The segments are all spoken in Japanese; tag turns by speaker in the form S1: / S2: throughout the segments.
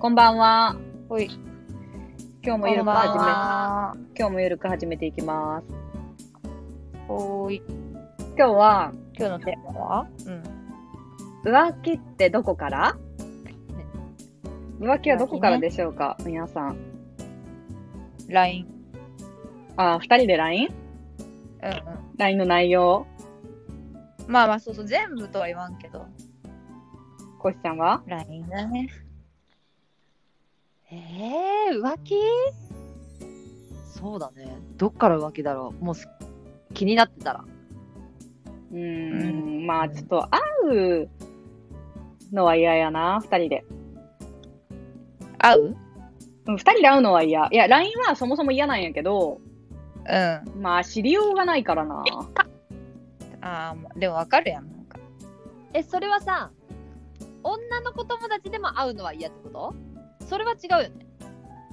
S1: こんばんは。
S2: ほい。
S1: 今日もゆるく始め、今日もゆるく始めていきます。
S2: ほーい。
S1: 今日は、
S2: 今日のテーマはうん。
S1: 浮気ってどこから浮気はどこからでしょうか、皆さん。
S2: LINE。
S1: あ、二人で LINE?LINE
S2: うんうん。
S1: の内容
S2: まあまあ、そうそう、全部とは言わんけど。
S1: コシちゃんは
S2: LINE だね。えー、浮気
S3: そうだね。どっから浮気だろう。もうす気になってたら。
S1: うーん、まあちょっと会うのは嫌やな、二人で。
S2: 合う
S1: うん、二人で会うのは嫌。いや、LINE はそもそも嫌なんやけど、
S2: うん。あ
S1: まあ知りようがないからな。
S2: あ、まあでもわかるやん。なんか
S3: え、それはさ、女の子友達でも会うのは嫌ってことそれは違うよね。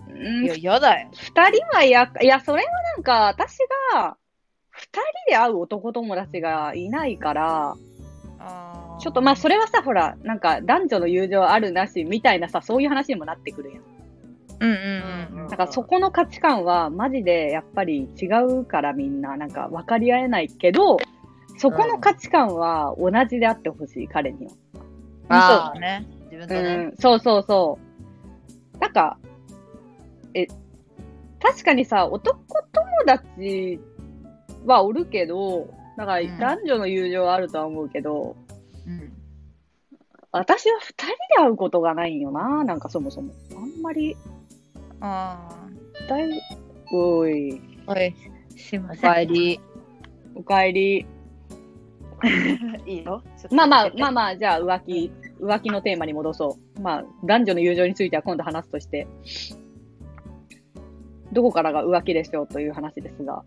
S1: うん
S2: いや、嫌だよ。
S1: 二人はや、いや、それはなんか、私が、二人で会う男友達がいないから、
S2: あー
S1: ちょっとまあ、それはさ、ほら、なんか、男女の友情あるなし、みたいなさ、そういう話にもなってくるやん。
S2: うんうんうん。
S1: なんか、そこの価値観は、マジで、やっぱり違うから、みんな、なんか、分かり合えないけど、そこの価値観は同じであってほしい、彼には。
S2: まあ、そうだね。
S3: 自分
S1: う
S3: とね。
S1: ん、そうそうそう。なんか、え、確かにさ、男友達はおるけど、なんか
S2: うん
S1: 男女の友情はあるとは思うけど、
S3: うん。
S1: 私は二人で会うことがないんよな、なんかそもそも。あんまり、
S2: あ
S1: だいおい、
S2: あ。おい、すいま
S3: お
S2: せん。
S3: かえり。
S1: おかえり。
S2: いいよ。
S1: まあま あ、まあ
S2: あ。
S1: まあ、じゃあ浮気、浮気のテーマに戻そう。まあ、男女の友情については今度話すとして、どこからが浮気でしょうという話ですが。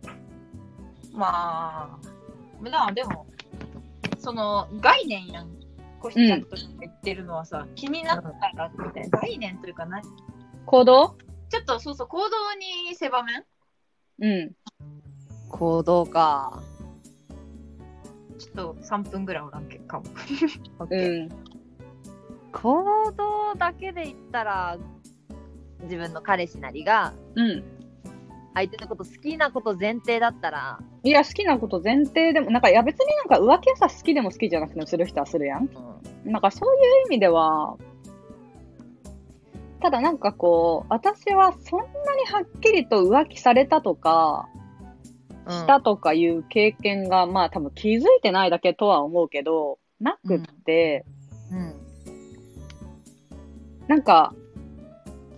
S2: まあ、まあでも、その概念やん。こしちゃんと言ってるのはさ、気になったらみたいな概念というかな、ち
S1: 行動
S2: ょっとそうそう、行動に狭めん
S1: うん。
S3: 行動か。
S2: ちょっと3分ぐらいおらんけかも。
S3: オッケ
S1: う
S3: ー
S1: ん。
S3: 行動だけで言ったら、自分の彼氏なりが、
S1: うん。
S3: 相手のこと好きなこと前提だったら、
S1: いや、好きなこと前提でも、なんか、いや、別になんか浮気はさ、好きでも好きじゃなくてもする人はするやん。なんか、そういう意味では、ただなんかこう、私はそんなにはっきりと浮気されたとか、
S3: うん
S1: したとかいう経験が、まあ多分気づいてないだけとは思うけど、なくって、
S3: うん。
S1: なんか、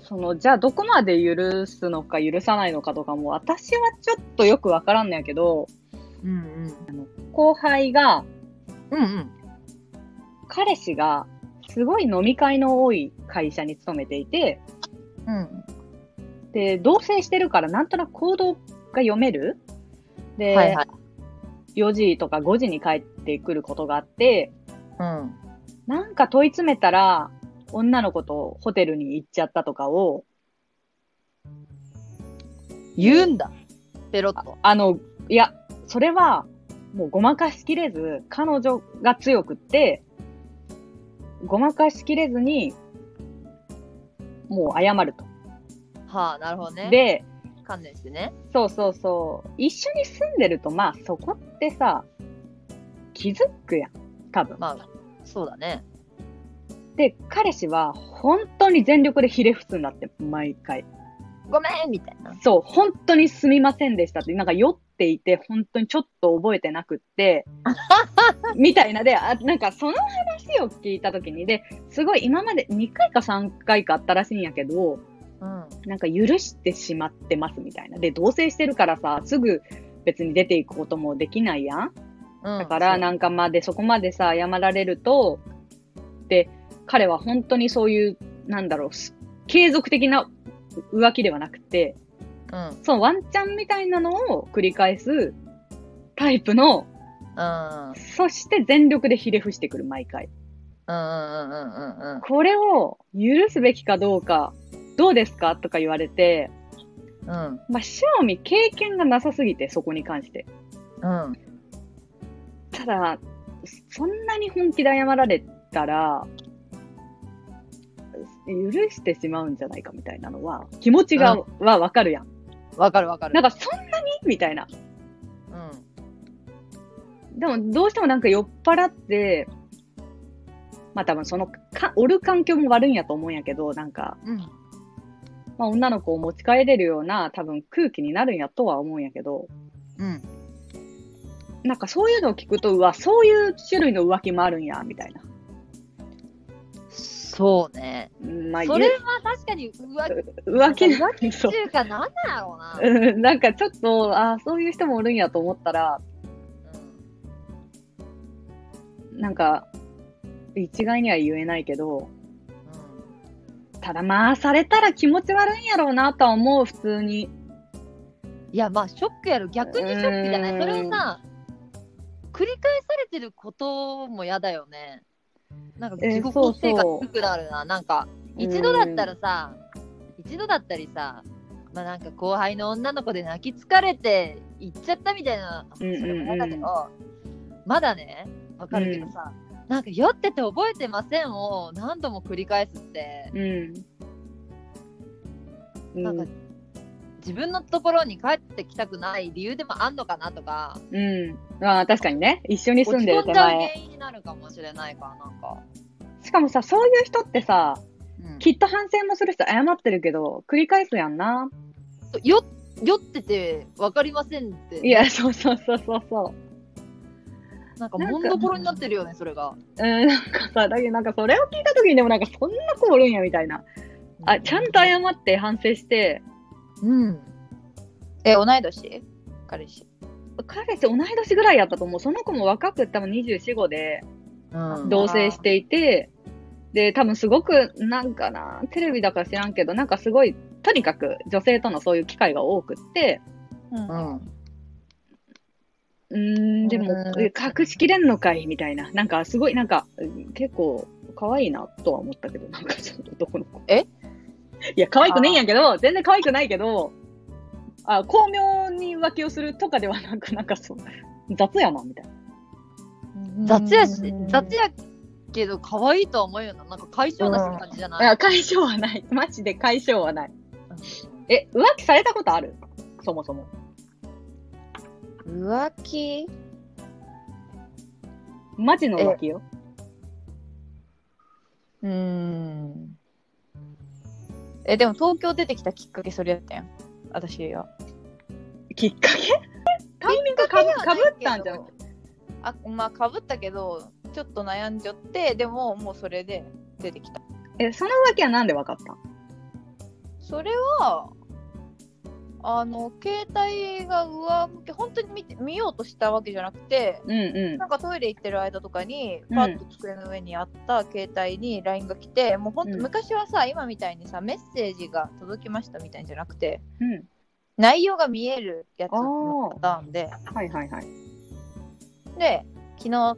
S1: その、じゃあどこまで許すのか許さないのかとかも、私はちょっとよくわからんのやけど、
S3: うんうん。
S1: 後輩が、
S3: うんうん。
S1: 彼氏がすごい飲み会の多い会社に勤めていて、
S2: うん。
S1: で、同棲してるからなんとなく行動が読めるで、
S3: はいはい。
S1: 4時とか5時に帰ってくることがあって、
S3: うん。
S1: なんか問い詰めたら、女の子とホテルに行っちゃったとかを、
S3: 言うんだ。ペロッと。
S1: あの、いや、それは、もうごまかしきれず、彼女が強くって、ごまかしきれずに、もう謝ると。
S3: はあ、なるほどね。、
S1: で、
S3: 観念してね。
S1: そうそうそう。一緒に住んでると、まあそこってさ、気づくやん。多分。
S3: まあ、そうだね。
S1: で、彼氏は本当に全力でひれ伏すんだって、毎回。
S3: ごめんみたいな。
S1: そう、本当にすみませんでしたって、なんか酔っていて、本当にちょっと覚えてなくって、みたいなで、あなんかその話を聞いた時に、で、すごい今まで2回か3回かあったらしいんやけど、
S3: うん。
S1: なんか許してしまってますみたいな。で、同棲してるからさ、すぐ別に出ていくこともできないやん。だから
S3: な
S1: なんかまでそこまでさ謝られるとで彼は本当にそういうなんだろうす継続的な浮気ではなくて
S3: うん
S1: そのワンチャンみたいなのを繰り返すタイプの
S3: うん
S1: そして全力でひれ伏してくる毎回
S3: うんうんうんうん
S1: これを許すべきかどうかどうですかとか言われて
S3: うん
S1: まあ塩見経験がなさすぎてそこに関して
S3: うん
S1: ただそんなに本気で謝られたら、許してしまうんじゃないかみたいなのは、気持ちが、
S3: うん
S1: はわかるやん。
S3: わかるわかる。
S1: なんか、そんなにみたいな。
S3: うん。
S1: でも、どうしてもなんか酔っ払って、まあ多分その、か、おる環境も悪いんやと思うんやけど、なんか、
S3: うん。
S1: まあ女の子を持ち帰れるような多分空気になるんやとは思うんやけど、
S3: うん。
S1: なんかそういうのを聞くと、うわ、そういう種類の浮気もあるんや、みたいな。
S3: そうね。
S1: うんまあ、
S3: それは確かに浮気
S1: ゆ浮気
S3: 浮
S1: 気そう
S3: 中かなんだろう な。
S1: うんなんかちょっと、ああ、そういう人もおるんやと思ったら、
S3: うん
S1: なんか、一概には言えないけど、ただまあ、されたら気持ち悪いんやろうなとは思う、普通に。
S3: いや、まあ、ショックやろ。逆にショックじゃな
S1: う
S3: い。
S1: ん
S3: それをさ、繰り返されてることも嫌だよね。なんか、
S1: えー
S3: 自己肯定
S1: そう
S3: 感
S1: そう
S3: 低くなるな。なんか、一度だったらさ、一度だったりさ、まあなんか後輩の女の子で泣き疲れて行っちゃったみたいな、そ
S1: うんうんうん
S3: れも嫌だけど、まだね、わかるけどさ、なんか酔ってて覚えてませんを何度も繰り返すって、
S1: うん。うん。
S3: なんか自分のところに帰ってきたくない理由でもあんのかなとか、
S1: うん。まあ、確かにね。一緒に住
S3: 落
S1: ん
S3: ち
S1: でる
S3: 込
S1: 手
S3: んじゃう原
S1: 前。
S3: 因になるかもしれないから、なんか。
S1: しかもさ、そういう人ってさ、
S3: うん
S1: きっと反省もするし、謝ってるけど、繰り返すやんな。
S3: 酔っ酔ってて分かりませんって、
S1: いや、そうそうそうそうそう。
S3: なんかもんどころになってるよね、それが。
S1: うん、なんかさ、だけどなんかそれを聞いた時にでもなんかそんな子おるんやみたいな。あ、ちゃんと謝って反省して、
S3: うん。
S2: え、同い年彼氏。
S1: 彼氏同い年ぐらいやったと思う。その子も若く多分24、5で
S3: うん
S1: 同棲していて、で、多分すごくなんかな、テレビだから知らんけど、なんかすごい、とにかく女性とのそういう機会が多くって、
S2: うん
S3: うん
S1: うーん、でも
S3: う、ん
S1: え隠しきれんのかいみたいな。なんかすごい、なんか、うん結構、可愛いなとは思ったけど、なんかちょっと男の子。
S3: え
S1: いや、可愛くねえんやけど、全然可愛くないけど、あ、巧妙に浮気をするとかではなく、なんかそう、雑やな、みたいな。
S3: 雑やし、雑やけど可愛いとは思うよな。なんか解消なしって感じじゃない、
S1: あ解消はない。マジで解消はない。え、浮気されたことあるそもそも。
S2: 浮気
S1: マジの浮気よ。
S2: うーん。え、でも東京出てきたきっかけそれやったやん。私は。
S1: きっかけタイミングかぶかぶったんじゃん。
S2: あ、まあ、かぶったけど、ちょっと悩んじゃって、でも、もうそれで出てきた。
S1: え、その浮気はなんで分かった
S2: それは、あの、携帯が上向け、本当に見て見ようとしたわけじゃなくて、
S1: うんうん
S2: なんかトイレ行ってる間とかに
S1: うん
S2: パッと机の上にあった携帯に LINE が来て、もうほんと
S1: うん
S2: 昔はさ今みたいにさメッセージが届きましたみたいんじゃなくて。
S1: うん。
S2: 内容が見えるやつ
S1: あ
S2: の
S1: あ
S2: パターンで
S1: はいはいはい。
S2: で昨日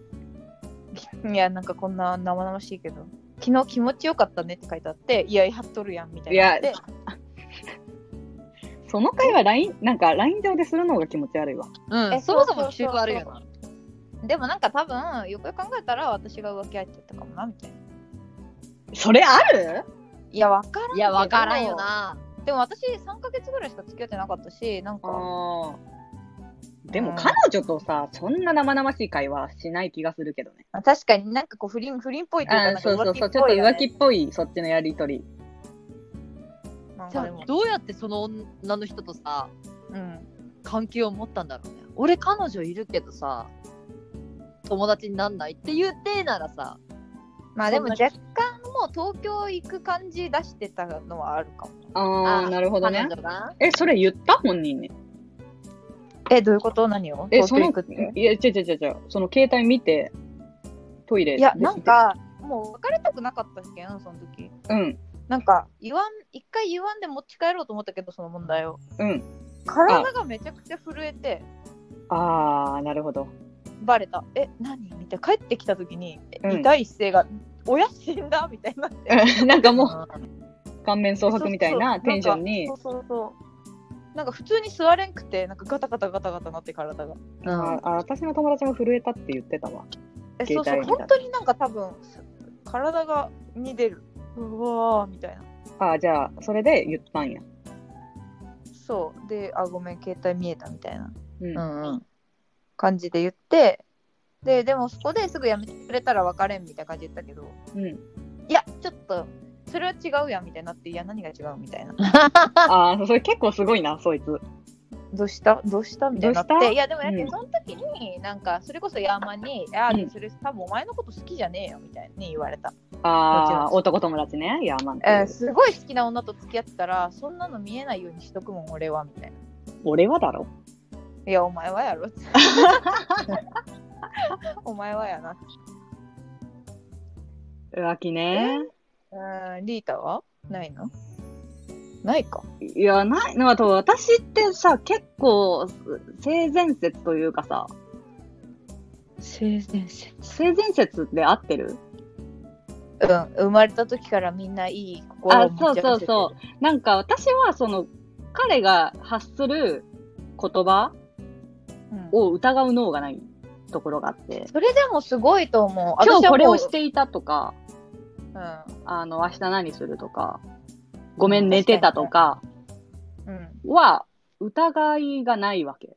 S2: いやなんかこんな生々しいけど昨日気持ちよかったねって書いてあっていややっとるやんみたいになって
S1: いその会話 LINE、なんか LINE 上でするのが気持ち悪いわ。
S3: うん
S2: え
S3: そも
S2: そ
S3: そも
S2: うそうそうそ
S3: 中
S2: う
S3: 悪あるよな。
S2: でもなんか多分よくよく考えたら私が浮気相手だったかもなみたいな
S1: それある
S2: いやわからんけど
S3: いや、分からんよな。
S2: でも私3ヶ月ぐらいしか付き合ってなかったしなんか
S1: あーで
S2: う
S1: も
S2: ん
S1: 彼女とさ、そんな生々しい会話しない気がするけどね。
S2: あ確かになんかこう不倫不倫っぽいというか
S1: あー
S2: なんか
S1: そうそう
S2: 浮気
S1: そう、
S2: っ
S1: ちょっ
S2: ぽ
S1: と
S2: いよ
S1: 浮気
S2: ね
S1: っぽい、そっちのやりとり。
S2: なん
S3: じゃ
S2: かで
S3: あ
S2: も
S3: どうやってその女の人とさ、
S2: うん
S3: 関係を持ったんだろうね。俺、彼女いるけどさ、友達になんないっていう体ならさ、
S2: まあでも
S3: そんな
S2: 若干もう東京行く感じ出してたのはあるかも
S1: ああ、
S3: あ
S1: なるほど
S3: 彼
S1: ね
S3: 女。が
S1: え、それ言った本人に。
S2: えどういうこと何を
S1: え、
S2: 東
S1: そ
S2: 京
S1: の、
S2: 行くって
S1: いや、違う違う違う違う、その携帯見て、トイレ。
S2: いやなん。かもう別れたくなかったっけんその時
S1: うん、
S2: なんか言わん一回言わんで持ち帰ろうと思ったけどその問題を
S1: うん。
S2: 体がめちゃくちゃ震えて
S1: ああ、なるほど。
S2: バレたえ何みたいな帰ってきた時に、
S1: うん
S2: 第一声が「親死んだ?」みたいになって
S1: なんかも
S3: うん
S1: う、顔面蒼白みたいなテンションに
S2: そ。うそうそうなんか普通に座れんくてなんかガタガタガタガタなって体が
S1: あーあー、私の友達も震えたって言ってたわ。
S2: え
S1: 携
S2: そうそう
S1: 帯みたい
S2: 本当になんか多分体がに出るうわーみたいな
S1: ああ、じゃあ、それで言ったんや。
S2: そうであごめん携帯見えたみたいな
S1: うん。
S3: うんうん。
S2: 感じで言ってででもそこですぐやめてくれたら別れんみたいな感じで言ったけど
S1: うん、
S2: いやちょっとそれは違うやんみたいになっていや何が違うみたい な
S1: ああ、それ結構すごいな、そいつ。
S2: どうしたどうしたみたいになっ
S1: どうした
S2: ていやでもだって
S1: うん
S2: その時になんかそれこそヤーマンに「いや
S1: うん
S2: それ多分お前のこと好きじゃねえよ」みたいに言われた、
S1: あ
S2: もちろ
S1: あ、
S2: ん
S1: 男友達ね。いや、まあ、
S2: えーすごい好きな女と付き合ってたらそんなの見えないようにしとくもん俺はみたいな
S1: 俺はだろ。
S2: 「いやお前は やろ」ってお前はやな
S1: 浮気ね。
S2: うんリータはないのないか
S1: いや、ない、なんかと私ってさ、結構、性善説というかさ、
S2: 性善説
S1: 性善説で合ってる
S2: うん、生まれた時からみんないい心
S1: あ
S2: を、持ち合
S1: そ
S2: わ
S1: う
S2: せて
S1: そうそう。なんか私は、その、彼が発する言葉
S2: う、ん
S1: を疑う脳がないところがあって、
S2: それでもすごいと思う。
S1: 今日これを
S2: 私
S1: し
S2: は
S1: ていたとか、
S2: も
S1: あの、明日何するとか、ごめん寝てたとか
S2: う、うんうん、
S1: は疑いがないわけ。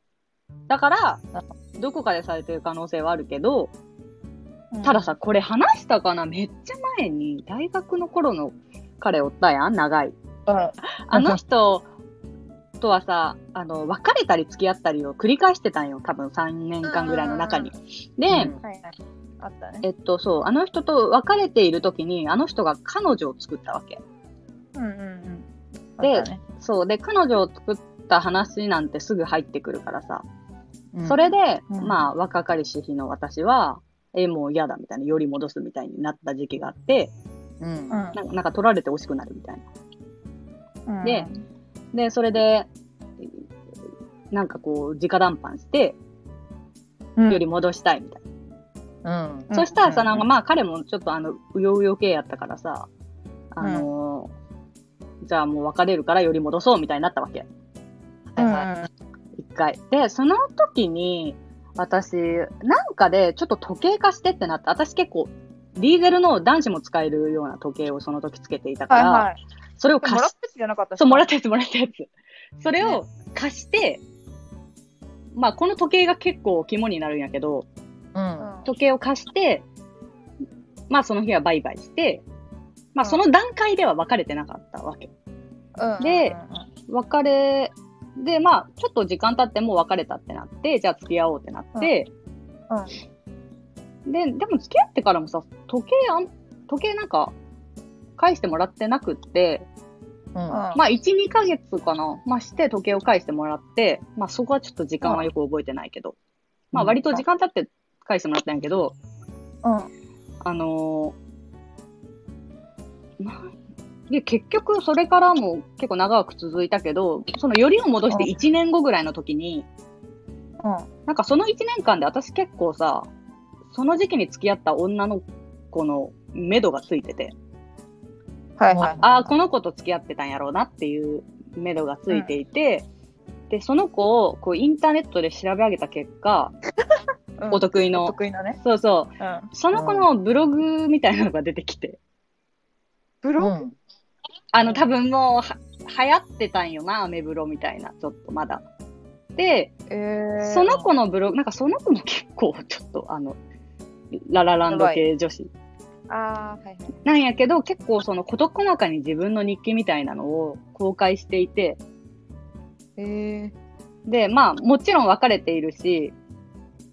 S1: だから
S2: あ、
S1: どこかでされてる可能性はあるけど、たださ、これ話したかなめっちゃ前に、大学の頃の彼おったやん、長い。
S2: うん、うん、
S1: あの人とはさ、あの、別れたり付き合ったりを繰り返してたんよ、多分3年間ぐらいの中に。で、
S3: うん
S2: はいはい、あったね。
S1: えっと、そう、あの人と別れている時に、あの人が彼女を作ったわけ。
S2: うんうんうん。
S1: で
S2: あったね、
S1: そう、で、彼女を作った話なんてすぐ入ってくるからさ。
S3: うん
S1: それで、
S2: うん
S1: まあ、若かりし日の私は、え、もう嫌だみたいな、より戻すみたいになった時期があって、
S3: うん
S2: うん
S1: なんかなんか取られて惜しくなるみたいな。
S2: うん、
S1: でで、それで、なんかこう、直談判して、
S2: うん、
S1: より戻したいみたいな。
S3: うん
S2: うん
S1: そしたらさ、なんか
S2: うん
S1: まあ、彼もちょっとあの、うようよ系やったからさ、あのーじゃあもう別れるからより戻そうみたいになったわけ。
S2: うんうん
S1: 一回。で、その時に、私、なんかで、ちょっと時計化してってなって、私結構、ディーゼルの男子も使えるような時計をその時つけていたか
S2: はい
S1: ら、
S2: はい。
S1: それを
S2: でもも
S1: 貸
S2: らっ
S1: した
S2: やつじゃなかった。
S1: そう、もらったたやつ、もらったやつ。それを貸して、まあ、この時計が結構肝になるんやけど、
S3: うん
S1: 時計を貸して、まあ、その日はバイバイして、まあ、
S2: うん
S1: その段階では別れてなかったわけ。
S2: うん、
S1: で
S2: うんうん
S1: 別れ、で、まあ、ちょっと時間経ってもう別れたってなって、じゃあ付き合おうってなって、で、でも付き合ってからもさ、時計あん、時計なんか、返してもらってなくって、
S3: うん
S2: うん、
S1: まあ、1、2ヶ月かな、まあ、して時計を返してもらって、まあ、そこはちょっと時間はよく覚えてないけど、まあ、割と時間経って返してもらったんやけど、
S2: うん、
S1: あのーなんで、結局、それからも結構長く続いたけど、そのよりを戻して1年後ぐらいの時に、
S2: う
S1: なんかその1年間で私結構さ、その時期に付き合った女の子の目処がついてて、
S2: ん、はいはい。
S1: ああ、この子と付き合ってたんやろうなっていう目処がついていて、で、その子をこうインターネットで調べ上げた結果、
S2: うん
S1: お得意
S2: お
S1: の、
S2: 得意のね。
S1: そうそう、
S2: うん、
S1: その子のブログみたいなのが出てきて、
S2: ブ
S3: う
S2: ロ
S3: ん
S1: あの、多分もうは流行ってたんよな、アメブロみたいな、ちょっとまだ。で、
S2: えー、
S1: その子のブログ、なんかその子も結構ちょっとあの、ララランド系女子
S2: あーはいはい
S1: なんやけど、結構その事細かに自分の日記みたいなのを公開していて、
S2: えー、
S1: で、まあもちろん別れているし、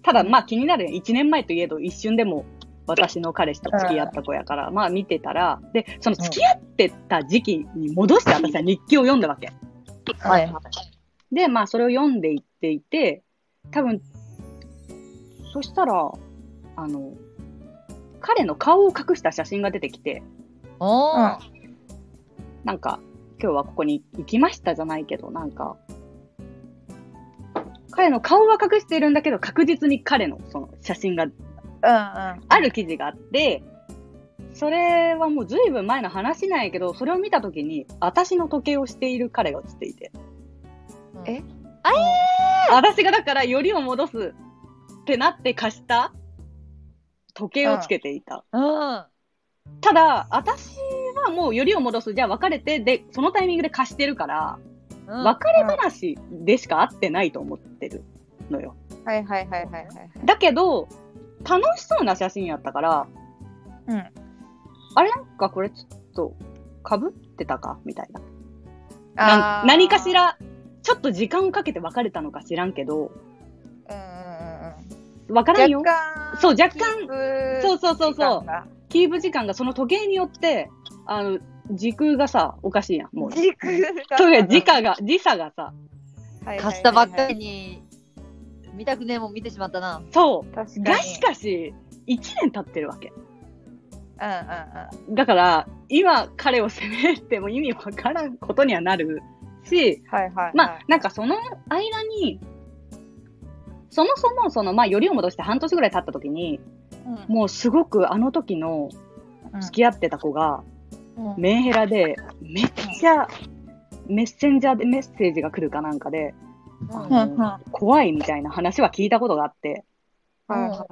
S1: ただまあ気になるやん。1年前といえど一瞬でも私の彼氏と付き合った子やから、まあ見てたら、で、その付き合ってた時期に戻して私は日記を読んだわけ。
S3: はいはい。
S1: で、まあそれを読んでいっていて、多分、そしたら、あの、彼の顔を隠した写真が出てきて、
S3: おー
S1: なんか、今日はここに行きましたじゃないけど、なんか、彼の顔は隠しているんだけど、確実に彼のその写真が
S2: うん
S1: ある記事があって、それはもうずいぶん前の話なんやけど、それを見たときに、私の時計をしている彼が写っていて、
S3: うん
S2: え
S1: 私がだからよりを戻すってなって貸した時計をつけていた。
S3: うん。
S1: ただ、私はもうよりを戻す、じゃあ別れて、で、そのタイミングで貸してるから、
S3: うん
S1: 別れ話でしか会ってないと思ってるのよ。
S2: はいはいはいはいはいはい。
S1: だけど、楽しそうな写真やったから、
S2: うん。
S1: あれなんかこれちょっと、かぶってたかみたいな。
S2: あ
S1: な
S2: ー
S1: 何かし。ら、ちょっと時間をかけて別れたのか知らんけど、
S2: うんうん
S1: わからん
S2: うんうん。
S1: よ。
S2: 若干。
S1: そう若干
S2: 干
S1: そうそうそうそう。キープ時間がその時計によって、あの、時空がさ、おかしいやん。もう。
S2: 時空が。
S1: そうや、時価が、時差がさ、
S2: はいはいはいはい。
S3: 貸したばっかりに、見たくねえもん見てしまったな。
S1: そう。
S2: 確かに。
S1: がしかし、1年経ってるわけ。
S2: うんうん
S1: だから、今彼を責めても意味わからんことにはなるし、
S2: うん。はいはい。
S1: まあ、なんかその間に、そもそもその、まあ、よりを戻して半年ぐらい経った時に、もうすごくあの時の
S2: うん、
S1: 付き合ってた子が、
S2: うん
S1: メンヘラで、めっちゃ、メッセンジャーでメッセージが来るかなんかで、
S3: うん
S2: うんうんは
S1: 怖いみたいな話は聞いたことがあって、
S2: いはいは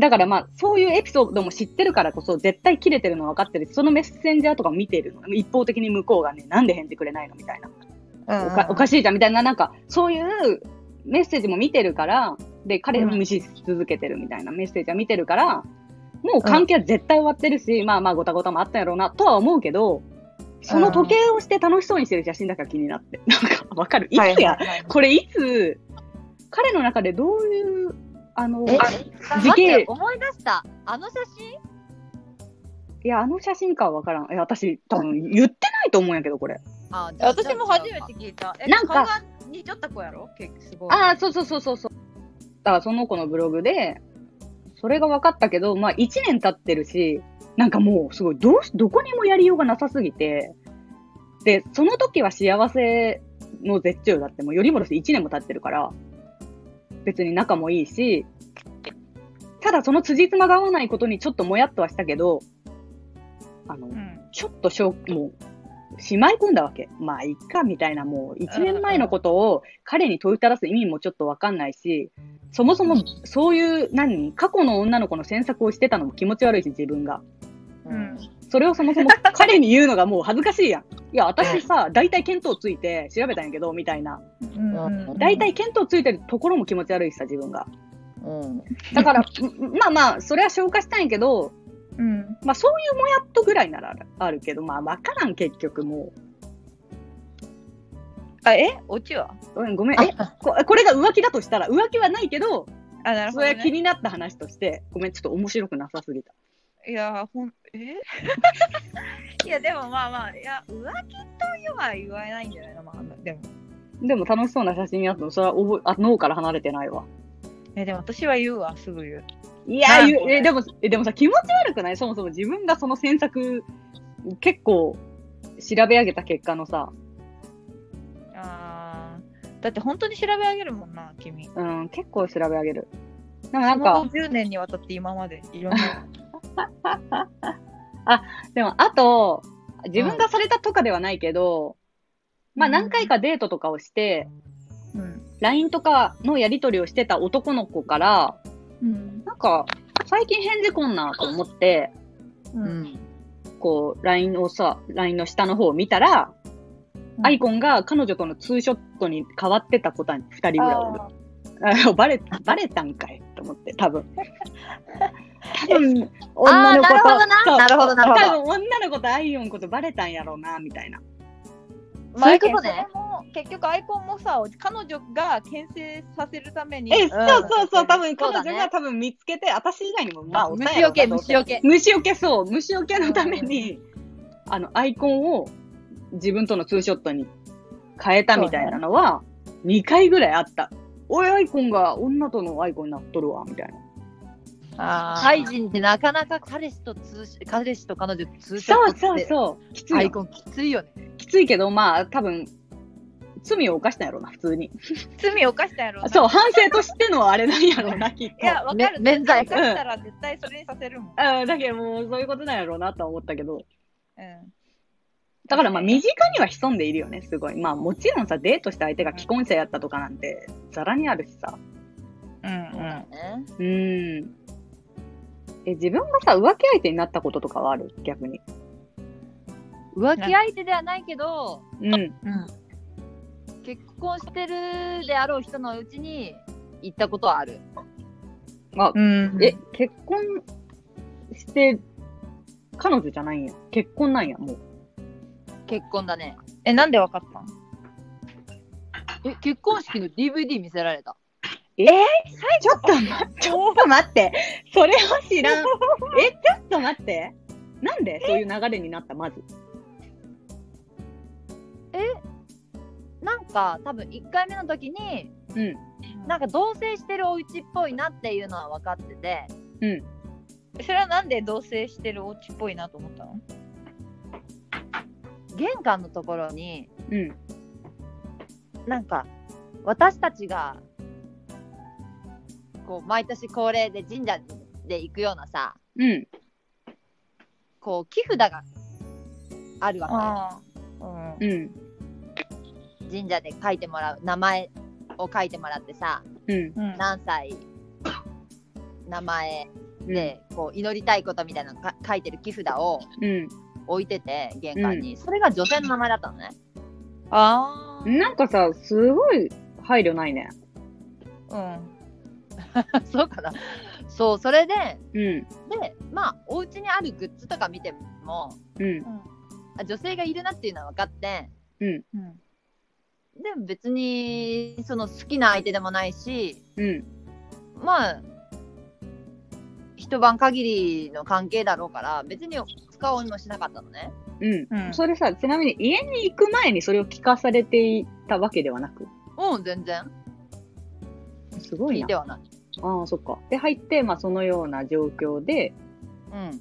S1: だからまあ、そういうエピソードも知ってるからこそ、絶対切れてるの分かってるし、そのメッセンジャーとか見てるの。一方的に向こうがね、なんで返事くれないのみたいな。
S2: い。
S1: おかおか
S2: しい。
S1: しいじゃんみたいな、なんか、そういうメッセージも見てるから、で、彼
S2: うん
S1: も無視し続けてるみたいなメッセージは見てるから、もう関係は絶対終わってるし、まあまあ、ごたごたもあったんやろうな、とは思うけど、その時計をして楽しそうにしてる写真だから気になって。 なんか、わかるいつや、
S2: はいはいはい
S1: これいつ、彼の中でどういう、あの、
S3: え
S1: あ時
S3: 待っ
S1: 系
S3: て、思い出した。あの写真
S1: いや、あの写真かはわからん。いや、私、多分言ってないと思うんやけど、これ。
S3: あじゃあ
S2: 私も初めて聞いた。え
S1: なんか
S2: 顔が似ちゃった子やろ結構すごい。
S1: ああ、そうそうそうそうそう。だから、その子のブログで、それが分かったけど、まあ、1年経ってるし、なんかもう、すごい、どうし、どこにもやりようがなさすぎて、で、その時は幸せの絶頂だって、もう、よりもろし1年も経ってるから、別に仲もいいし、ただ、その辻褄が合わないことにちょっともやっとはしたけど、あの
S2: う、ん
S1: ちょっとしょう、もう、しまい込んだわけ。まあ、いっか、みたいな、もう、1年前のことを彼に問いただす意味もちょっとわかんないし、そもそも、そういう、何、過去の女の子の詮索をしてたのも気持ち悪いし、自分が。
S2: うん
S1: それをそもそも彼に言うのがもう恥ずかしいやん。いや、私さ、大体見当ついて調べたんやけど、みたいな。
S2: うんうん
S1: 大体見当ついてるところも気持ち悪いしさ、自分が。
S3: うん。
S1: だ から、んまあまあ、それは消化したんやけど、
S2: うん
S1: まあそういうもやっとぐらいならあるあるけど、まあわからん、結局もう。
S2: あえオチは
S1: うんごめん、えこ、これが浮気だとしたら、浮気はないけど、
S2: あなる
S1: そ
S2: ほ
S1: れ
S2: ど
S1: は気
S2: ね。
S1: になった話として、ごめん、ちょっと面白くなさすぎた。
S2: いやほんえ いやでもまあまあいや浮気とは言わないんじゃないのまあでも
S1: でも楽しそうな写真やったの、それは覚えあ脳から離れてないわ。
S2: えでも私は言うわすぐ言う。
S1: いや
S2: な
S1: ー、
S2: ん
S1: ゆ
S2: これ
S1: えでも、えでもさ、気持ち悪くないそもそも自分がその詮索、結構、調べ上げた結果のさ、
S2: あーだって本当に調べ上げるもんな君。
S1: うん、結構調べ上げる。でもなん
S2: そ
S1: か
S2: の、10年にわたって今までいろん な。
S1: でも、あと、自分がされたとかではないけど、まあ何回かデートとかをして、
S2: うん。
S1: LINE とかのやり取りをしてた男の子から、
S2: うん。
S1: なんか、最近返事来んなと思って、
S2: う。
S3: うんん。
S1: こう、LINE をさ、LINE の下の方を見たら、アイコンが彼女とのツーショットに変わってた子たち2人ぐらいおる。あ バレ、バレたんかいと思って、多 分。多分、女の子と。
S3: あーなるほどな
S1: そう
S3: なるほどなるほ
S1: 多分、女の子とアイオンことバレたんやろうな、みたいな。
S3: そういうことね。
S2: まあ。結局アイコンもさ、彼女が牽制させるために。
S1: え、そうそうそう、多分
S3: そ
S1: 彼
S3: うだね
S1: 女が多分見つけて、私以外にも、まあ、おったんや
S3: 虫
S1: ろう
S3: よ
S1: な
S3: け、
S1: どう
S3: 虫
S1: せ
S3: よけ。
S1: 虫除けそう虫除けのために、あのアイコンを自分とのツーショットに変えたみたいなのは2回ぐらいあった。おいアイコンが女とのアイコンになっとるわみたいな。
S2: あー
S3: ハイジンってなかなか彼氏と通し彼氏と彼女と通し
S1: そうそうそう。きつ
S3: ア
S1: い
S3: イ
S1: よ。
S3: コンきついよね。
S1: きついけどまあ多分罪を犯したんやろうな普通に。
S2: 罪を犯したんやろな
S1: そう反省としてのあれなんやろうなきっと
S2: い。や、わかる。
S3: め免罪
S2: 罪を犯したら絶対それにさせるもん。
S1: あーだけどもうそういうことなんやろうなとは思ったけど。
S2: うん。
S1: だからまあ身近には潜んでいるよね、すごい。まあもちろんさ、デートした相手が既婚者やったとかなんて、ざらにあるしさ。
S2: うんうん。
S1: うん。え、自分がさ、浮気相手になったこととかはある逆に。
S3: 浮気相手ではないけど、
S1: うん。
S2: うん。
S3: 結婚してるであろう人のうちに行ったことはある。
S2: うん
S1: え、結婚して、彼女じゃないんや。結婚なんや、もう。
S3: 結婚だね。
S2: え、なんでわかったの
S3: え、結婚式の DVD 見せられた。
S1: えー、ちょっと待って、ちょっと待って。それは知 らん。え、ちょっと待って。なんでそういう流れになった、まず。
S3: なんか多分1回目の時に
S1: うん。
S3: なんか同棲してるお家っぽいなっていうのは分かってて
S2: それはなんで同棲してるお家っぽいなと思ったの
S3: 玄関のところに
S1: うん。
S3: なんか私たちがこう毎年恒例で神社で行くようなさ
S1: うん。
S3: こう木札があるわ
S2: ああ。
S1: うん。
S3: け神社で書いてもらう名前を書いてもらってさ
S1: うん。
S2: うん。
S3: 何歳名前
S1: うん
S3: でこう祈りたいことみたいなのか書いてる木札を
S1: うん。
S3: 置いてて玄関に、それが女性の名前だったのね
S2: ああ。
S1: なんかさ、すごい配慮ないね。
S2: うん。
S3: そうかな。そう、それで、
S1: うん。
S3: で、まあ、お家にあるグッズとか見ても、
S1: うん。
S3: あ女性がいるなっていうのは分かって、
S2: うん。
S3: で、別に、その好きな相手でもないし、
S1: うん。
S3: まあ、一晩限りの関係だろうから、別に使おうにもしなかったのね。
S1: うん。
S2: うん
S1: それさ、ちなみに家に行く前にそれを聞かされていたわけではなく。
S3: うん、全然。
S1: すご
S3: 聞
S1: い
S3: い
S1: な
S3: て。はない。
S1: ああ、そっか。で、入って、まあ、そのような状況で、
S3: うん。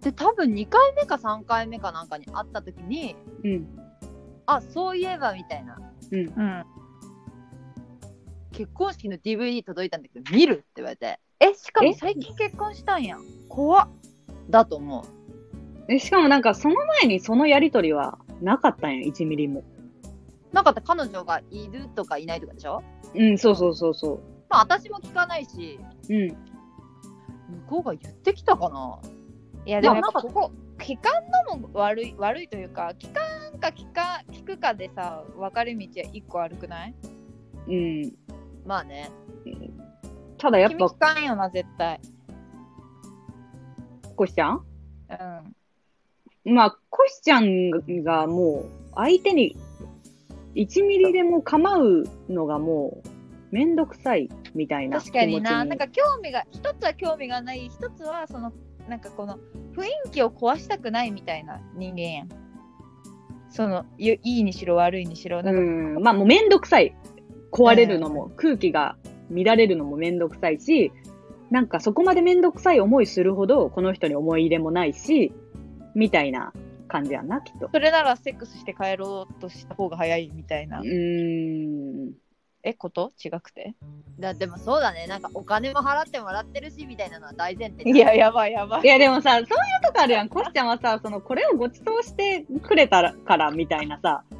S3: で、多分2回目か3回目かなんかに会った時に、
S1: うん。
S3: あ、そういえばみたいな。
S2: うん。
S3: 結婚式の DVD 届いたんだけど見るって言われて
S2: え、しか
S1: え
S2: も最近結婚したんや。怖っ。
S3: だと思う
S1: え、しかもなんか、その前にそのやりとりはなかったんや、1ミリも。
S3: なんかって彼女がいるとかいないとかでしょ
S1: うん、そうそうそうそ
S3: まあ私も聞かないし
S1: う。うん。
S3: 向こうが言ってきたかない
S2: やで
S3: でも
S2: もやっぱここ聞かんのも悪い悪いというか聞かんか聞か聞くかでさ分かれ道は一個悪くない
S1: うん。
S3: まあね
S1: ただやっ
S2: 君
S1: ぱ、
S2: 聞かんよな絶対
S1: コシちゃん
S2: うん
S1: まあ、コシちゃんがもう、相手に1ミリでも構うのがもう、めんどくさいみたいな気
S2: 確
S1: 持ち
S2: かにななんか興味が一つは興味がない一つはそのなんかこの雰囲気を壊したくないみたいな人間やんそのいいいにしろ悪いにしろなん
S1: う
S2: か、
S1: ん。まあ、もうめんどくさい。壊れるのも、空気が乱れるのもめんどくさいし、なんかそこまでめんどくさい思いするほど、この人に思い入れもないし、みたいな感じやんな、きっと。
S2: それならセックスして帰ろうとした方が早いみたいな、
S1: うーん。
S2: えこと違くて
S3: だでもそうだねなんかお金も払ってもらってるしみたいなのは大前 提
S2: いややばいやばい
S1: いやでもさ、そういうとこあるやん。コシちゃんはさ、その、これをご馳走してくれたから、みたいなさ。
S2: う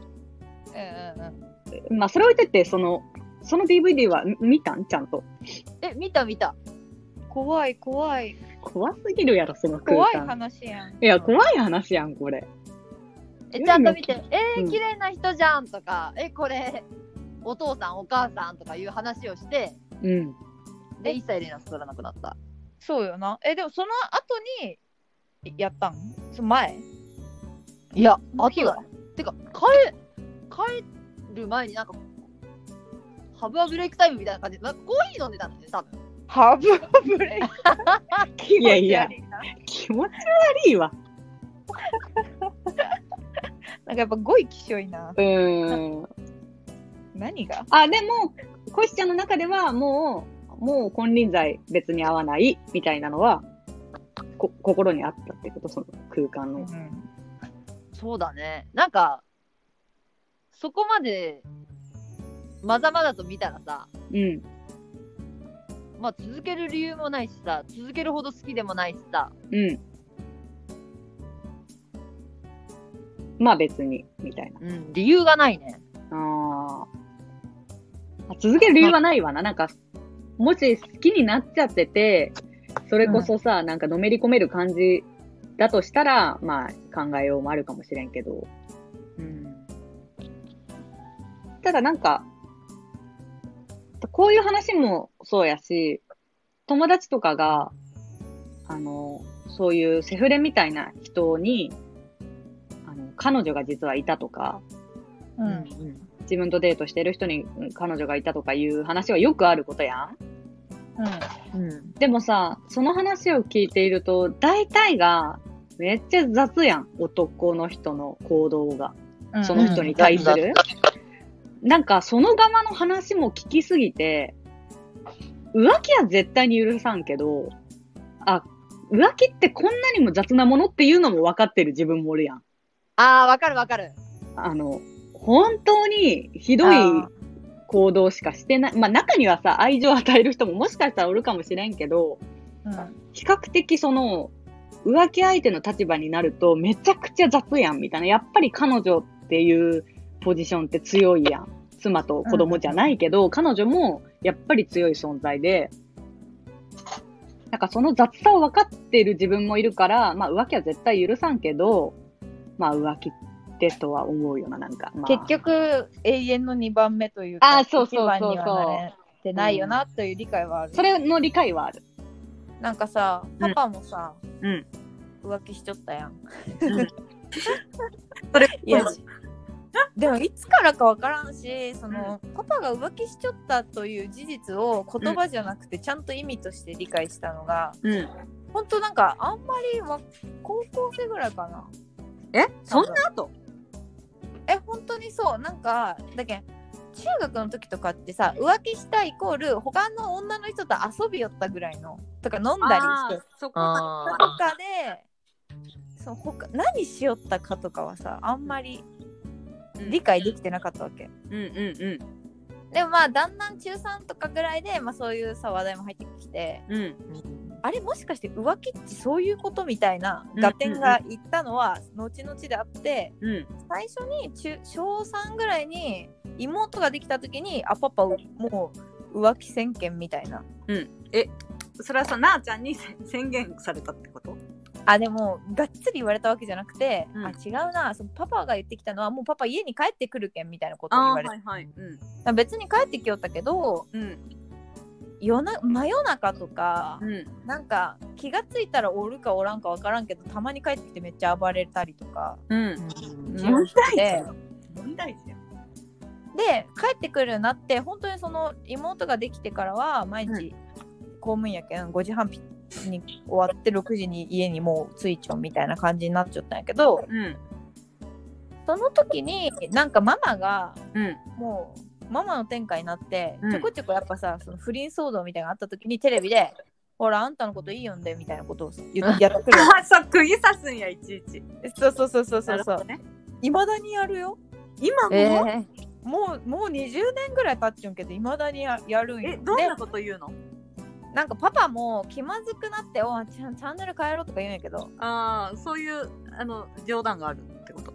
S2: んうんうん
S1: まあ、それ置いてって、その、その DVD はみ見たんちゃんと。
S3: え見た見た
S2: 怖い怖い
S1: 怖すぎるやろ、その空間。
S2: 怖い話やん
S1: いや、怖い話やん、これ。
S3: え
S1: うん
S3: ちゃんと見て「え
S1: う
S3: ー、
S1: ん
S3: 綺麗な人じゃん」とか「えこれお父さんお母さん」とかいう話をして
S1: うん。
S2: え
S3: で一切連絡取らなくなった
S2: そうよな。え、でもその後にいやったんその前
S3: いや
S2: その
S3: あ
S2: 日
S3: と
S2: は
S3: だてか帰帰る前になんかハブはブレイクタイムみたいな感じでなんかコーヒー飲んでたんだよね多分
S2: ハブブレイク。気
S1: い
S2: 持ち悪
S1: やいや
S2: な
S1: 気持ち悪いわ。
S2: なんかやっぱ語彙きしょいな。
S1: うーん。
S2: 何が
S1: あ、でも、コシちゃんの中では、もう、もう金輪際別に合わない、みたいなのは、こ心にあったってこと、その空間の。
S2: うん。
S3: そうだねなんかそこまでまざまざと見たらさ
S1: うん。
S3: まあ続ける理由もないしさ続けるほど好きでもないしさ
S1: うん。まあ別に、みたいな。
S3: うん理由がないね
S1: あーあ。続ける理由はないわな。なんか、もし好きになっちゃってて、それこそさ、なんかのめり込める感じだとしたら、まあ考えようもあるかもしれんけど。うん。ただなんか、こういう話もそうやし、友達とかが、あの、そういうセフレみたいな人に、あの、彼女が実はいたとか、
S2: う。
S3: うんん
S1: 自分とデートしてる人にうん彼女がいたとかいう話はよくあることやん。
S3: うん
S1: でもさ、その話を聞いていると、大体が、めっちゃ雑やん、男の人の行動が。
S2: うん。
S1: その人に対する。なんか、その側の話も聞きすぎて、浮気は絶対に許さんけど、あ、浮気ってこんなにも雑なものっていうのも分かってる自分もおるやん。
S3: ああわかるわかる
S1: あの、本当にひどい
S2: あ
S1: 行動しかしてない。まあ、中にはさ、愛情を与える人ももしかしたらおるかもしれんけど、
S2: ー
S1: 比較的その浮気相手の立場になるとめちゃくちゃ雑やんみたいなやっぱり彼女っていうポジションって強いやん妻と子供じゃないけど、彼女もやっぱり強い存在でなんかその雑さを分かってる自分もいるから、まあ、浮気は絶対許さんけど、まあ、浮気ってとは思うよななんか、まあ
S2: 結局、永遠の2番目というか、
S1: あーそうそうそうそう
S2: 一番にはなれてないよなという理解はある。
S1: それの理解はある
S2: なんかさ、パパもさ、
S1: うん
S2: 浮気しちゃったやん。
S1: ん
S2: それいやでもいつからかわからんしその、パパが浮気しちゃったという事実を言葉じゃなくてちゃんと意味として理解したのが、
S1: うん
S2: 本当なんかあんまりわ高校生ぐらいかな
S1: え
S2: そんな
S1: 後
S2: え本当にそうなんかだけん中学の時とかってさ浮気したイコール他の女の人と遊びよったぐらいのとか飲んだりして
S1: そこ
S3: あ
S2: と
S3: ー
S2: かでその他何しよったかとかはさあんまり理解できてなかったわけ。
S1: うんうんうん
S2: でもまあだんだん中3とかぐらいで、まあ、そういうさ話題も入ってきて
S1: うん
S2: あれもしかして浮気ってそういうことみたいな
S1: うん
S2: 合点がいったのは後々であって
S1: うん
S2: 最初に中小3ぐらいに妹ができた時にあパパもう浮気宣言みたいな
S4: それはさなあちゃんに宣宣言されたってこと
S2: あでもがっつり言われたわけじゃなくて、
S4: うん
S2: あ違うなそのパパが言ってきたのはもうパパ家に帰ってくるけんみたいなことを言
S4: あ
S2: わ
S4: あ
S2: れて、
S4: はいはいうん
S2: 別に帰ってきよったけど
S4: うん
S2: 夜な真夜中とか。
S4: うん
S2: なんか気がついたらおるかおらんかわからんけどたまに帰ってきてめっちゃ暴れたりとか
S4: うん
S2: 問題
S4: じゃん問題児やん
S2: で帰ってくるようになって本当にその妹ができてからは毎日公務員やけん5時半に終わって6時に家にもう着いちゃうみたいな感じになっちゃったんやけど
S4: うん
S2: その時になんかママが
S4: うん
S2: もうママの展開になって
S4: うん
S2: ちょこちょこやっぱさその不倫騒動みたいなのがあった時にテレビで「ほらあんたのこといいよんで」みたいなことを言 ってやってくる
S4: あそう釘刺すんやいちいち
S2: そうそうそうそうそ
S4: な
S2: うそう
S4: るほどね
S2: いまだにやるよ
S4: 今も、
S3: え
S4: え
S3: ー
S2: もうもう20年ぐらい経っちゃうけどいまだにややるんよ
S4: どん
S2: で
S4: なこと言うの
S2: なんかパパも気まずくなって「おチャンチャンネル変えろ」とか言うんやけど
S4: ああそういうあの冗談があるってこと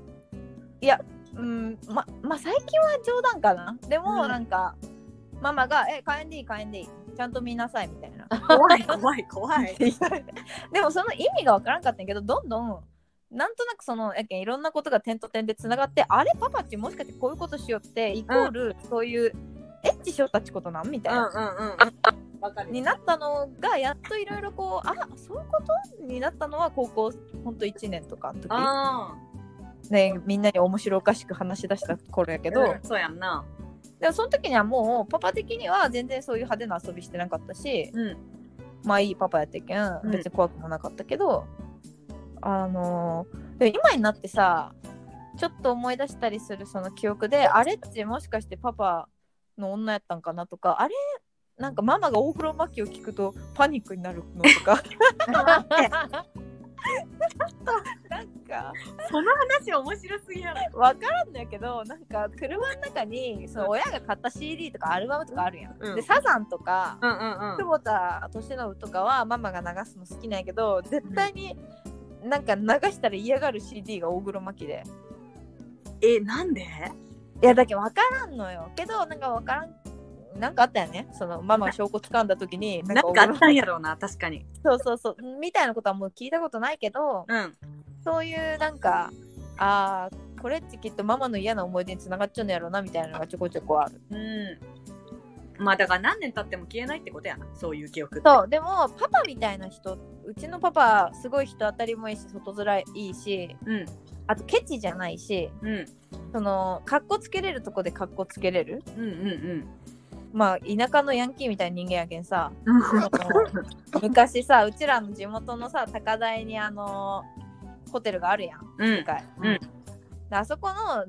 S2: うんままあ最近は冗談かなでも
S4: うん
S2: なんか、ママが「え変えんでいい変えんでいいちゃんと見なさい」みたいな
S4: 怖い 怖い怖い
S2: でもその意味がわからんかったんやけどどんどんなんとなくそのやけんいろんなことが点と点でつながって「あれパパっちもしかしてこういうことしよってイコールそういうエッチしよったっちことなん?」みた
S4: う
S2: い
S4: ん
S2: な。
S4: うんうんわかる
S2: になったのがやっといろいろこうあそういうことになったのは高校ほんと1年とかの時、
S4: あ
S2: ね、みんなに面白おかしく話し出した頃やけ
S4: け
S2: ど、
S4: そうやんな
S2: でもその時にはもうパパ的には全然そういう派手な遊びしてなかったし
S4: うん
S2: まあいいパパやったけん
S4: うん
S2: 別に怖くもなかったけど、あのーでも今になってさちょっと思い出したりするその記憶であれってもしかしてパパの女やったんかなとかあれなんかママが大黒摩季を聞くとパニックになるのと かなんか
S4: その話面白すぎやろ
S2: 分からんのやけどなんか車の中にその親が買った CD とかアルバムとかあるやん。
S4: うん
S2: でサザンとか、
S4: うんうんう
S2: 久
S4: ん
S2: 保田敏信とかはママが流すの好きなんやけど絶対になんか流したら嫌がる CD が大黒摩季で
S4: えなんで
S2: いやだけど分からんのよけどなんか分からんなんかあったよねそのママが証拠掴んだ 時に
S4: なんかあったんやろうな、確かに。
S2: そうそうそうみたいなことはもう聞いたことないけど
S4: うん。
S2: そういうなんかあーこれってきっとママの嫌な思い出につながっちゃうんやろうなみたいなのがちょこちょこある
S4: うん。まあだから何年経っても消えないってことやな、そういう記憶って。
S2: そうでもパパみたいな人うちのパパすごい人当たりもいいし外面いいし
S4: うん。
S2: あとケチじゃないし
S4: うん。
S2: そのかっこつけれるとこでかっこつけれる
S4: うんうん
S2: まあ田舎のヤンキーみたいな人間やけんさ
S4: うん。
S2: そ の昔さうちらの地元のさ高台にあのホテルがあるやん
S4: うん
S2: 一。回、
S4: うん
S2: であそこの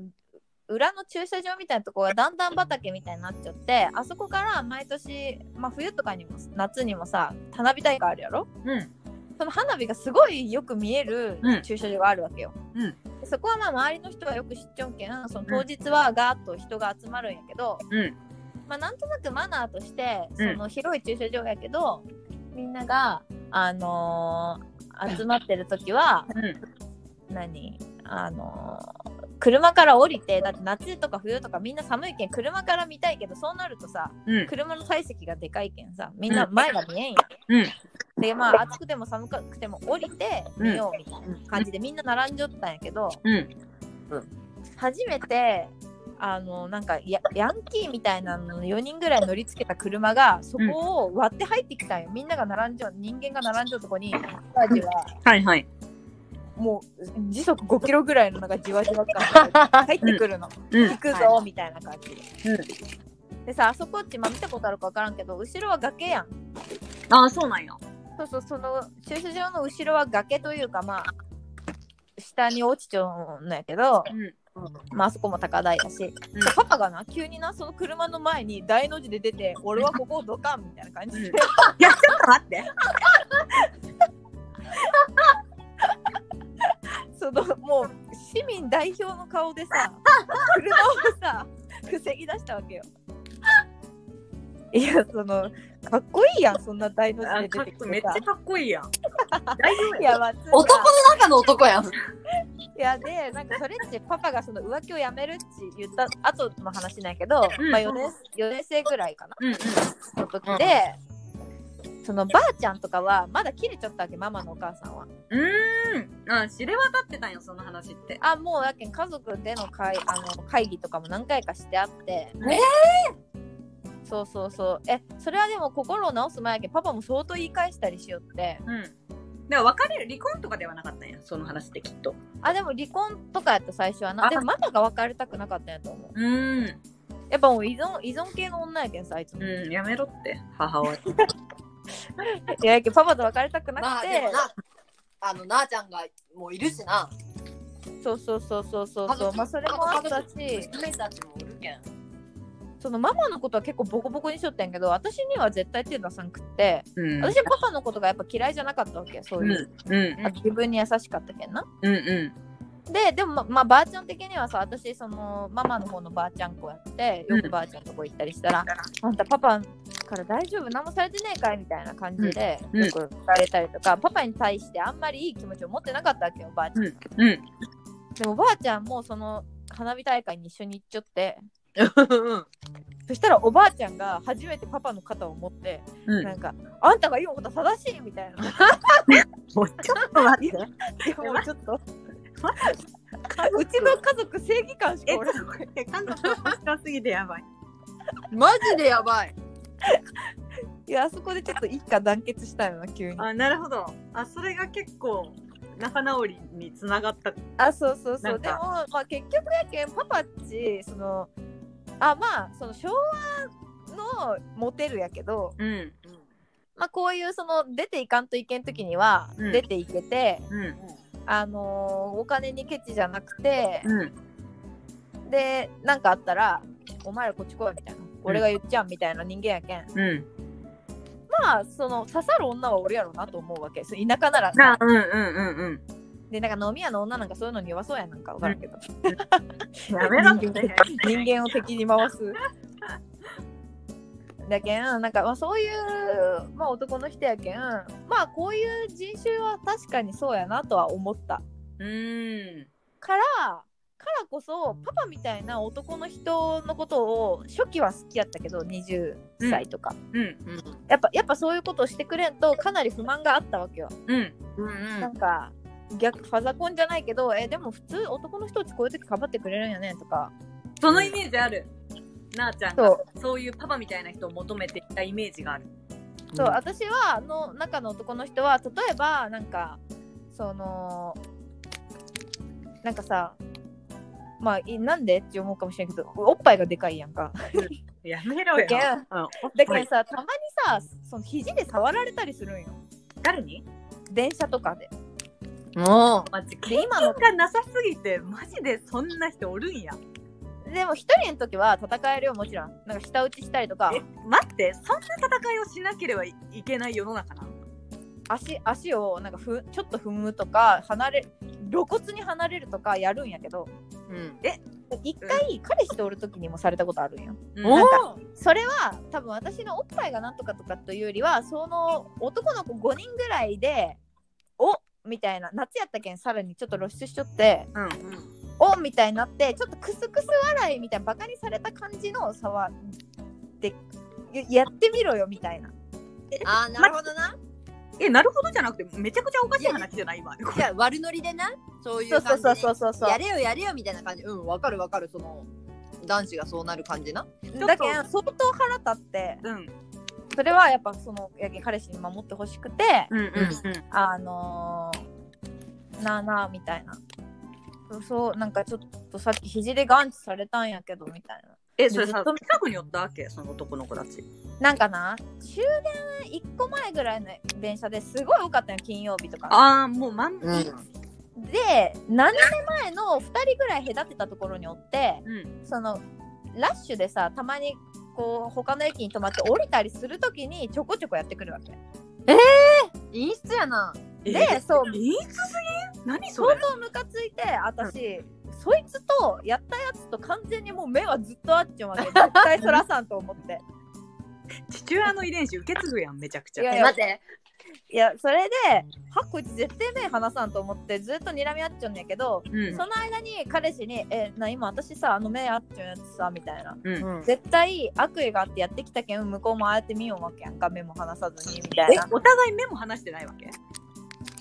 S2: 裏の駐車場みたいなとこがだんだん畑みたいになっちゃってあそこから毎年、まあ、冬とかにも夏にもさ花火大会あるやろ
S4: うん。
S2: その花火がすごいよく見える
S4: うん
S2: 駐車場があるわけよ、
S4: うん
S2: でそこはまあ周りの人はよく知っちゃうけんその当日はガーッと人が集まるんやけど、
S4: うん。
S2: まあ、なんとなくマナーとしてそ
S4: うん
S2: の広い駐車場やけど、みんなが、あのー集まってる時は
S4: うん。
S2: 何あのー車から降りてだって夏とか冬とかみんな寒いけん車から見たいけどそうなるとさ
S4: うん。
S2: 車の体積がでかいけんさみんな前が見えんや、
S4: うん
S2: でまあ暑くても寒くても降りて見ようみたいな感じでみんな並んじゃったんやけど、
S4: うん。
S2: 初めてあのなんかやヤンキーみたいなの4人ぐらい乗りつけた車がそこを割って入ってきたんよ、みんなが並んじゃう人間が並んじゃうとこにじわじわ
S4: はいはい。
S2: もう時速5キロぐらいのなんかじわじわ感が入ってくるの、
S4: うん
S2: 行くぞ
S3: は
S2: みたいな感じで、でさあそこって、まあ、見たことあるか分からんけど後ろは崖やん
S4: ああ、そうなんや。
S2: そうそうその駐車場の後ろは崖というかまあ下に落ちちゃうんやけど、
S4: うん。
S2: まああそこも高台だし、
S4: うん
S2: パパがな急になその車の前に大の字で出て俺はここをドカンみたいな感じ で、
S4: いや、ちょっと待って。
S2: そのもう市民代表の顔でさ車をさ防ぎ出したわけよ。いやそのかっこいいやんそんな大の
S4: あ
S2: 字で
S4: か
S2: 出
S4: ってこ
S2: き
S4: めってちゃ
S2: さ。
S4: かっこいいやん。
S2: いやまあつうか
S3: 男の中の男やん。
S2: いやでなんかそれってパパがその浮気をやめるって言った後の話なんやけど、
S4: うん
S2: まあ、4, 年4年生ぐらいかな
S4: うんうん。
S2: の時で、そのばあちゃんとかはまだ切れちゃったわけママのお母さんは。
S4: うーん。あ、知れ渡ってたんよ、その話って。
S2: あもうやけん家族での会あの会議とかも何回かしてあって
S3: え
S2: そうそうそうえそれはでも心を直す前やけんパパも相当言い返したりしよって
S4: うん。だから別れる、離婚とかではなかったんや、その話ってきっと。
S2: あでも離婚とかやった最初はな
S4: あ
S2: でもママが別れたくなかったんやと思う
S4: うーん。
S2: やっぱもう依存依存系の女やけんさあいつも、い
S4: うん、やめろって、母親。
S2: ややけんパパと別れたくな
S3: まあ
S2: く
S3: で
S2: て
S3: も、な、あのなあちゃんがもういるしな。
S2: そうそうそうそうそう
S3: 家
S2: そう
S3: 族
S2: まあそれもあったし
S3: 家族娘たちもおるけん。
S2: そのママのことは結構ボコボコにしとったんやけど私には絶対手出さんくって
S4: うん。
S2: 私はパパのことがやっぱ嫌いじゃなかったわけよそう
S4: う
S2: い
S4: ん
S2: う、
S4: うん
S2: あ自分に優しかったけんな。
S4: うんう
S2: ででもままあばあちゃん的にはさ私そのママの方のばあちゃん子やってよくばあちゃんとこ行ったりしたら「あんたパパから大丈夫何もされてねえかい?」みたいな感じで
S4: うんうん
S2: よく聞かれたりとか、パパに対してあんまりいい気持ちを持ってなかったわけよばあちゃん。
S4: んうん
S2: でもばあちゃんもその花火大会に一緒に行っちゃって
S3: うん。
S2: そしたらおばあちゃんが初めてパパの肩を持って、
S4: うん
S2: なんか「あんたが言うことは正しい」みたいな。
S4: もうちょっと待って
S2: いやもうちょっとうちの家族正義感しかおらん
S4: え感覚面白すぎてやばい
S3: マジでやばい。
S2: いやあそこでちょっと一家団結したよな急にあ
S4: あなるほどあそれが結構仲直りにつながった
S2: そうそうそ
S4: な
S2: うんで
S4: か
S2: も、まあ、結局やけんパパっちそのあまあその昭和のモテるやけど、
S4: うん
S2: まあ、こういうその出ていかんといけん時には
S4: うん
S2: 出ていけて、
S4: うん
S2: あのーお金にケチじゃなくて、
S4: うん
S2: でなんかあったら「お前らこっち来い」みたいな「俺が言っちゃう」みたいな人間やけん
S4: うん
S2: まあその刺さる女は俺やろうなと思うわけそう田舎なら
S4: あうんうんうんうん
S2: でなんか飲み屋の女なんかそういうのに弱そうやなんか分からんけど、
S4: やめろって
S2: 人間を敵に回すだけんなんか、まあ、そういう、まあ、男の人やけんまあこういう人種は確かにそうやなとは思った
S4: うん
S2: からからこそパパみたいな男の人のことを初期は好きやったけど20歳とか、
S4: うん
S2: やっぱやっぱそういうことをしてくれんとかなり不満があったわけよ、
S4: うんうん
S3: うんう
S2: なん
S3: ん
S2: か逆ファザコンじゃないけどえでも普通男の人ってこういう時かばってくれるんやねとか
S4: そのイメージあるなあちゃんが
S2: そ
S4: そういうパパみたいな人を求めていたイメージがある
S2: そう私はの中の男の人は例えばなんかそのなんかさまあいなんでって思うかもしれんけどおっぱいがでかいやんか
S4: やめろよ
S2: いや
S4: うん
S2: だけどさたまにさその肘で触られたりするんよ
S4: 誰に
S2: 電車とかで
S3: も
S4: マジ経
S2: で
S4: 験
S2: 今の
S4: がなさすぎてマジでそんな人おるんや
S2: でも一人の時は戦えるよもちろんなんか舌打ちしたりとか
S4: え待ってそんな戦いをしなければいいけない世の中なの
S2: 足足をなんかふちょっと踏むとか離れ露骨に離れるとかやるんやけど
S3: う、うん、
S2: 一回彼氏とおる時にもされたことあるんよ
S4: うん
S3: お
S2: それは多分私のおっぱいがなんとかとかというよりはその男の子5人ぐらいでおみたいな夏やったけんさらにちょっと露出しちょって
S4: うん
S2: おみたいになってちょっとクスクス笑いみたいなバカにされた感じの触ってややってみろよみたいな
S3: あーなるほどな
S4: えなるほどじゃなくてめちゃくちゃおかしい話じゃない今
S3: じゃあ悪ノリでなそうい
S2: そううそ
S3: 感
S2: う
S3: じ
S2: そうそう
S3: で
S2: そうそう
S3: やれよやれよみたいな感じうんわかるわかるその男子がそうなる感じな
S4: と
S2: だけん相当腹立って
S4: うん
S2: それはやっぱそのやけん彼氏に守ってほしくて
S4: うんうん
S2: あのー、なあなあみたいなそうそうなんかちょっとさっき肘でガンチされたんやけどみたいな
S4: えそれさ
S2: ずっと
S4: 近くにおったわけその男の子たち
S2: なんかな終電1個前ぐらいの電車ですごい多かったよ金曜日とか
S4: ああもうまんうん
S2: で7年前の2人ぐらい隔てたところにおって
S4: うん
S2: そのラッシュでさたまにこう他の駅に止まって降りたりするときにちょこちょこやってくるわけ
S3: 陰湿やな
S2: でそう
S4: いつすぎん何そ
S2: 相
S4: れ
S2: 当ムカついて私、そいつとやったやつと完全にもう目はずっとあっち ゅうわけ絶対そらさんと思って
S4: 父親の遺伝子受け継ぐやんめちゃくち
S2: い
S4: ゃ
S2: や
S3: え待って
S2: いやそれではこいつ絶対目離さんと思ってずっと睨み合っちゃうんやけど、
S4: うん
S2: その間に彼氏に「えな今私さあの目あっちゅうやつさ」みたいな
S4: うん
S3: うん
S2: 絶対悪意があってやってきたけん向こうもああやって見ようわけやんか目も離さずにみたい
S4: え
S2: な
S4: お互い目も離してないわけ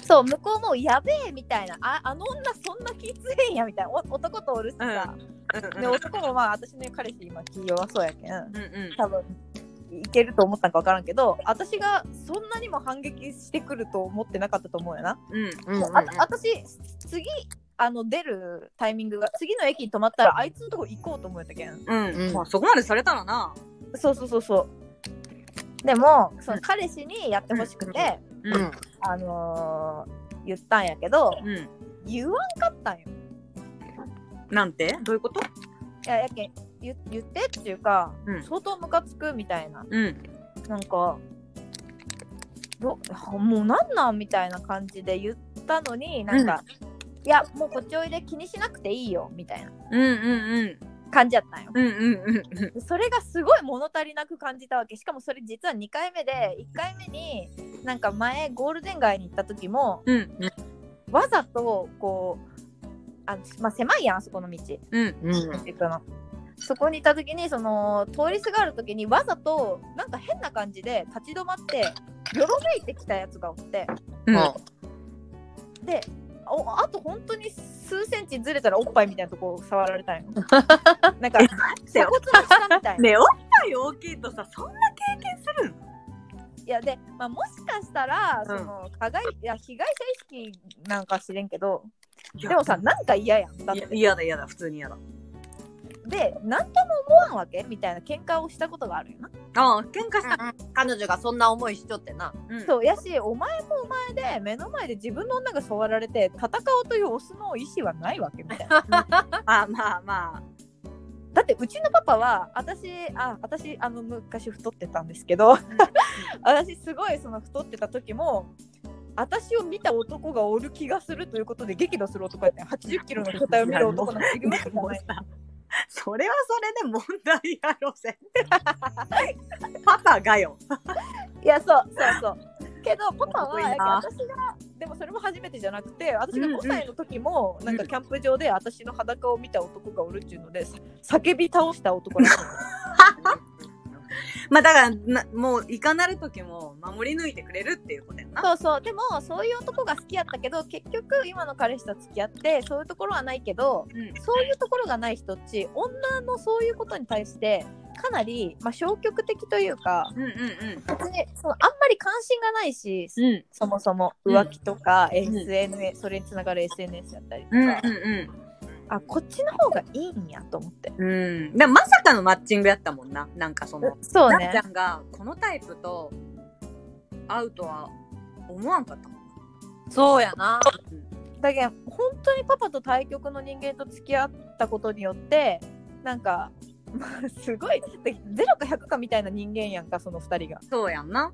S2: そう向こうも「やべえ」みたいな「ああの女そんな気つえんや」みたいなお男とおるしさ、で男もまあ私の彼氏今気弱そうやけん
S4: うんうん
S2: 多分いけると思ったんか分からんけど私がそんなにも反撃してくると思ってなかったと思うよな、
S4: うん
S3: うんうん
S2: あと私次あの出るタイミングが次の駅に止まったらあいつのとこ行こうと思ったけん
S4: うん、
S3: うん
S4: まあ、そこまでされたらな。
S2: そうそうそうそうでもその彼氏にやってほしくて、
S4: う
S3: うん。
S2: あのー言ったんやけど
S4: うん。
S2: 言わんかったんよ
S4: なんてどういうこと
S2: いややけん言言ってっていうか、
S4: うん
S2: 相当ムカつくみたいな
S4: うん。
S2: なんかどもうなんなんみたいな感じで言ったのになんか、いやもうこっちおいで気にしなくていいよみたいな
S4: うんうん
S2: 感じやったんよ
S4: うん。うんうんうん。
S2: でそれがすごい物足りなく感じたわけしかもそれ実は2回目で1回目になんか前ゴールデン街に行った時も
S4: うん
S2: わざとこうあの、まあ、狭いやんあそこの道
S4: うん。
S3: うん。
S2: っていうかなそこにいた時にその通りすがる時にわざとなんか変な感じで立ち止まってよろめいてきたやつがおって
S4: うん。
S2: でおあと本当に数センチずれたらおっぱいみたいなとこ触られたんよ なんか
S4: て
S2: 鎖
S4: よ
S2: 骨の下みたいな、
S4: ねおっぱい大きいとさ、そんな経験するの
S2: いやで、まあ、もしかしたら
S4: ん
S2: その加害いや被害者意識なんか知れんけど
S4: いや
S2: でもさなんか嫌やんだっ
S4: い
S2: て
S4: や嫌だ嫌だ、普通に嫌だ。
S2: で何とも思わんわけみたいな喧嘩をしたことがあるよな
S4: ああ、喧嘩した。
S3: 彼女がそんな思いしとってな。
S4: うん
S2: そうやしお前もお前で目の前で自分の女が触られて戦おうというオスの意思はないわけみたいな
S4: あまあまあ。
S2: だってうちのパパは私あ私あの昔太ってたんですけど私すごいその太ってた時も私を見た男がおる気がするということで激怒する男やった8 0キロの巨体を見る男のちぐま
S4: で
S2: くも
S4: も
S2: ない
S4: さ、それはそれで問題やろせ。パパがよ。
S2: いやそうそうそうけどパパ
S4: 男
S2: はい
S4: いな
S2: やけど私がでもそれも初めてじゃなくて私が
S5: うんうん
S2: 5歳の時も、なん
S5: う
S2: か
S5: ん
S2: キャンプ場で私の裸を見た男がおるっていうのでさ叫び倒した男らしい
S1: まあだからなもういかなる時も守り抜いてくれるっていうことやな
S2: そうそうでもそういう男が好きやったけど結局今の彼氏と付き合ってそういうところはないけど
S1: うん
S2: そういうところがない人っち女のそういうことに対してかなり、まあ、消極的というか
S1: うんうんうん
S2: 別にそのあんまり関心がないし
S5: うん。
S2: そもそも浮気とか、
S5: ん
S2: SNS それにつながる SNS だったりとか、
S1: うんうん
S2: あこっちの方がいいんやと思って
S1: うんうんでもまさかのマッチングやったもんななんかその
S2: そう
S1: なっ
S2: ね
S1: ちゃんがこのタイプと会うとは思わんかったもんな
S2: そうやなだけど本当にパパと対局の人間と付き合ったことによってなんか まあすごいで0か100かみたいな人間やんかその2人が
S1: そうやんな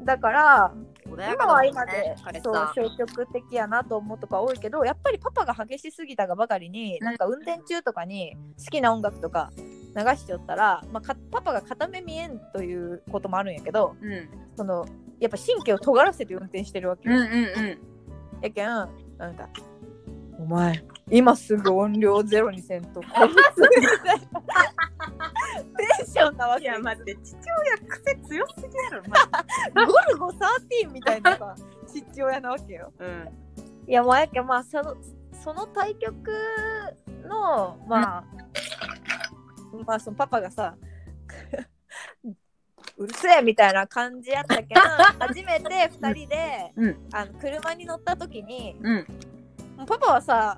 S2: だから
S3: 穏や
S2: 今
S3: かだもん
S2: は
S3: ね
S2: 今で
S3: 彼氏
S2: そう
S3: さん
S2: 消極的やなと思うとか多いけどやっぱりパパが激しすぎたがばかりに
S1: うん
S2: なんか運転中とかに好きな音楽とか流しちゃったら、まあ、かパパが片目見えんということもあるんやけど
S1: うん
S2: そのやっぱ神経を尖らせて運転してるわけ
S1: う
S2: よ
S1: んうん
S2: やけん、なんか、お前、今すぐ音量ゼロにせんと、こいつみたいなテンションなわ
S1: うん
S2: けよ。
S1: 待って父親癖強すぎやろ、ま
S2: ゴルゴ13みたいなさ、父親なわけよ。
S1: うん
S2: いや、もうやけん、まあ、その、その対局の、まあ、まあ、そのパパがさ、 うるせえみたいな感じやった けど初めて2人で、
S1: うん
S2: あの車に乗った時に
S1: うん
S2: もうパパはさ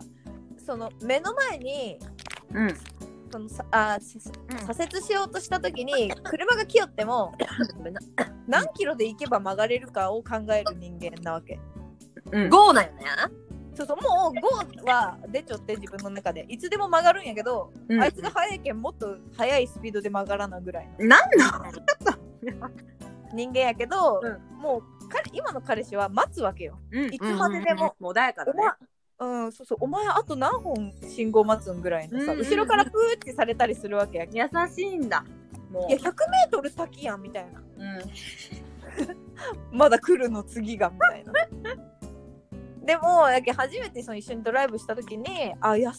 S2: その目の前に
S1: うん
S2: そのさあーさ
S3: うん
S2: 左折しようとした時に車が来よっても何キロで行けば曲がれるかを考える人間なわけ。
S1: うん
S3: ゴーなんよね
S2: そうそうもう5は出ちゃって自分の中でいつでも曲がるんやけど、
S1: うん
S2: あいつが速いけんもっと速いスピードで曲がらなぐらいの
S1: なん
S2: 人間やけど、
S1: う
S2: もう彼今の彼氏は待つわけよ。
S1: うん
S2: いつまででも
S1: うん穏やかだ
S2: お
S1: ね
S2: 前うん、そうそうお前あと何本信号待つんぐらいのさ、
S1: うんうんうん
S2: 後ろからプーってされたりするわけやけん
S1: 優しいんだも
S2: いうや 100m 先やんみたいな
S1: うん
S2: まだ来るの次がみたいなでもやけん初めてその一緒にドライブした時にあ優し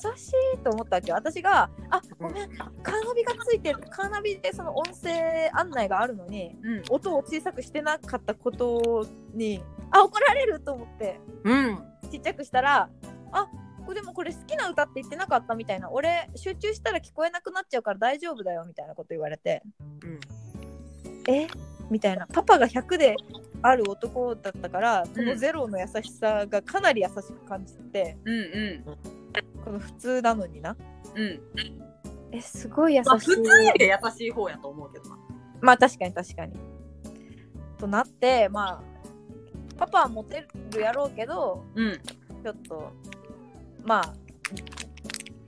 S2: いと思ったわけよ私が「あごめんカーナビがついてるカーナビでその音声案内があるのに
S1: うん
S2: 音を小さくしてなかったことにあ怒られる!」と思って
S1: うん
S2: ちっちゃくしたら「あでもこれ好きな歌って言ってなかった」みたいな「俺集中したら聞こえなくなっちゃうから大丈夫だよ」みたいなこと言われて
S1: うん
S2: えみたいなパパが100である男だったからこのゼロの優しさがかなり優しく感じて、
S1: うん
S2: この普通なのにな
S1: うん
S2: えすごい優しい、
S1: ま
S2: ま
S1: あ
S2: あ、
S1: 普通より優しい方やと思うけどな
S2: 確かに確かにとなってまあパパはモテるやろうけど
S1: うん
S2: ちょっとまあ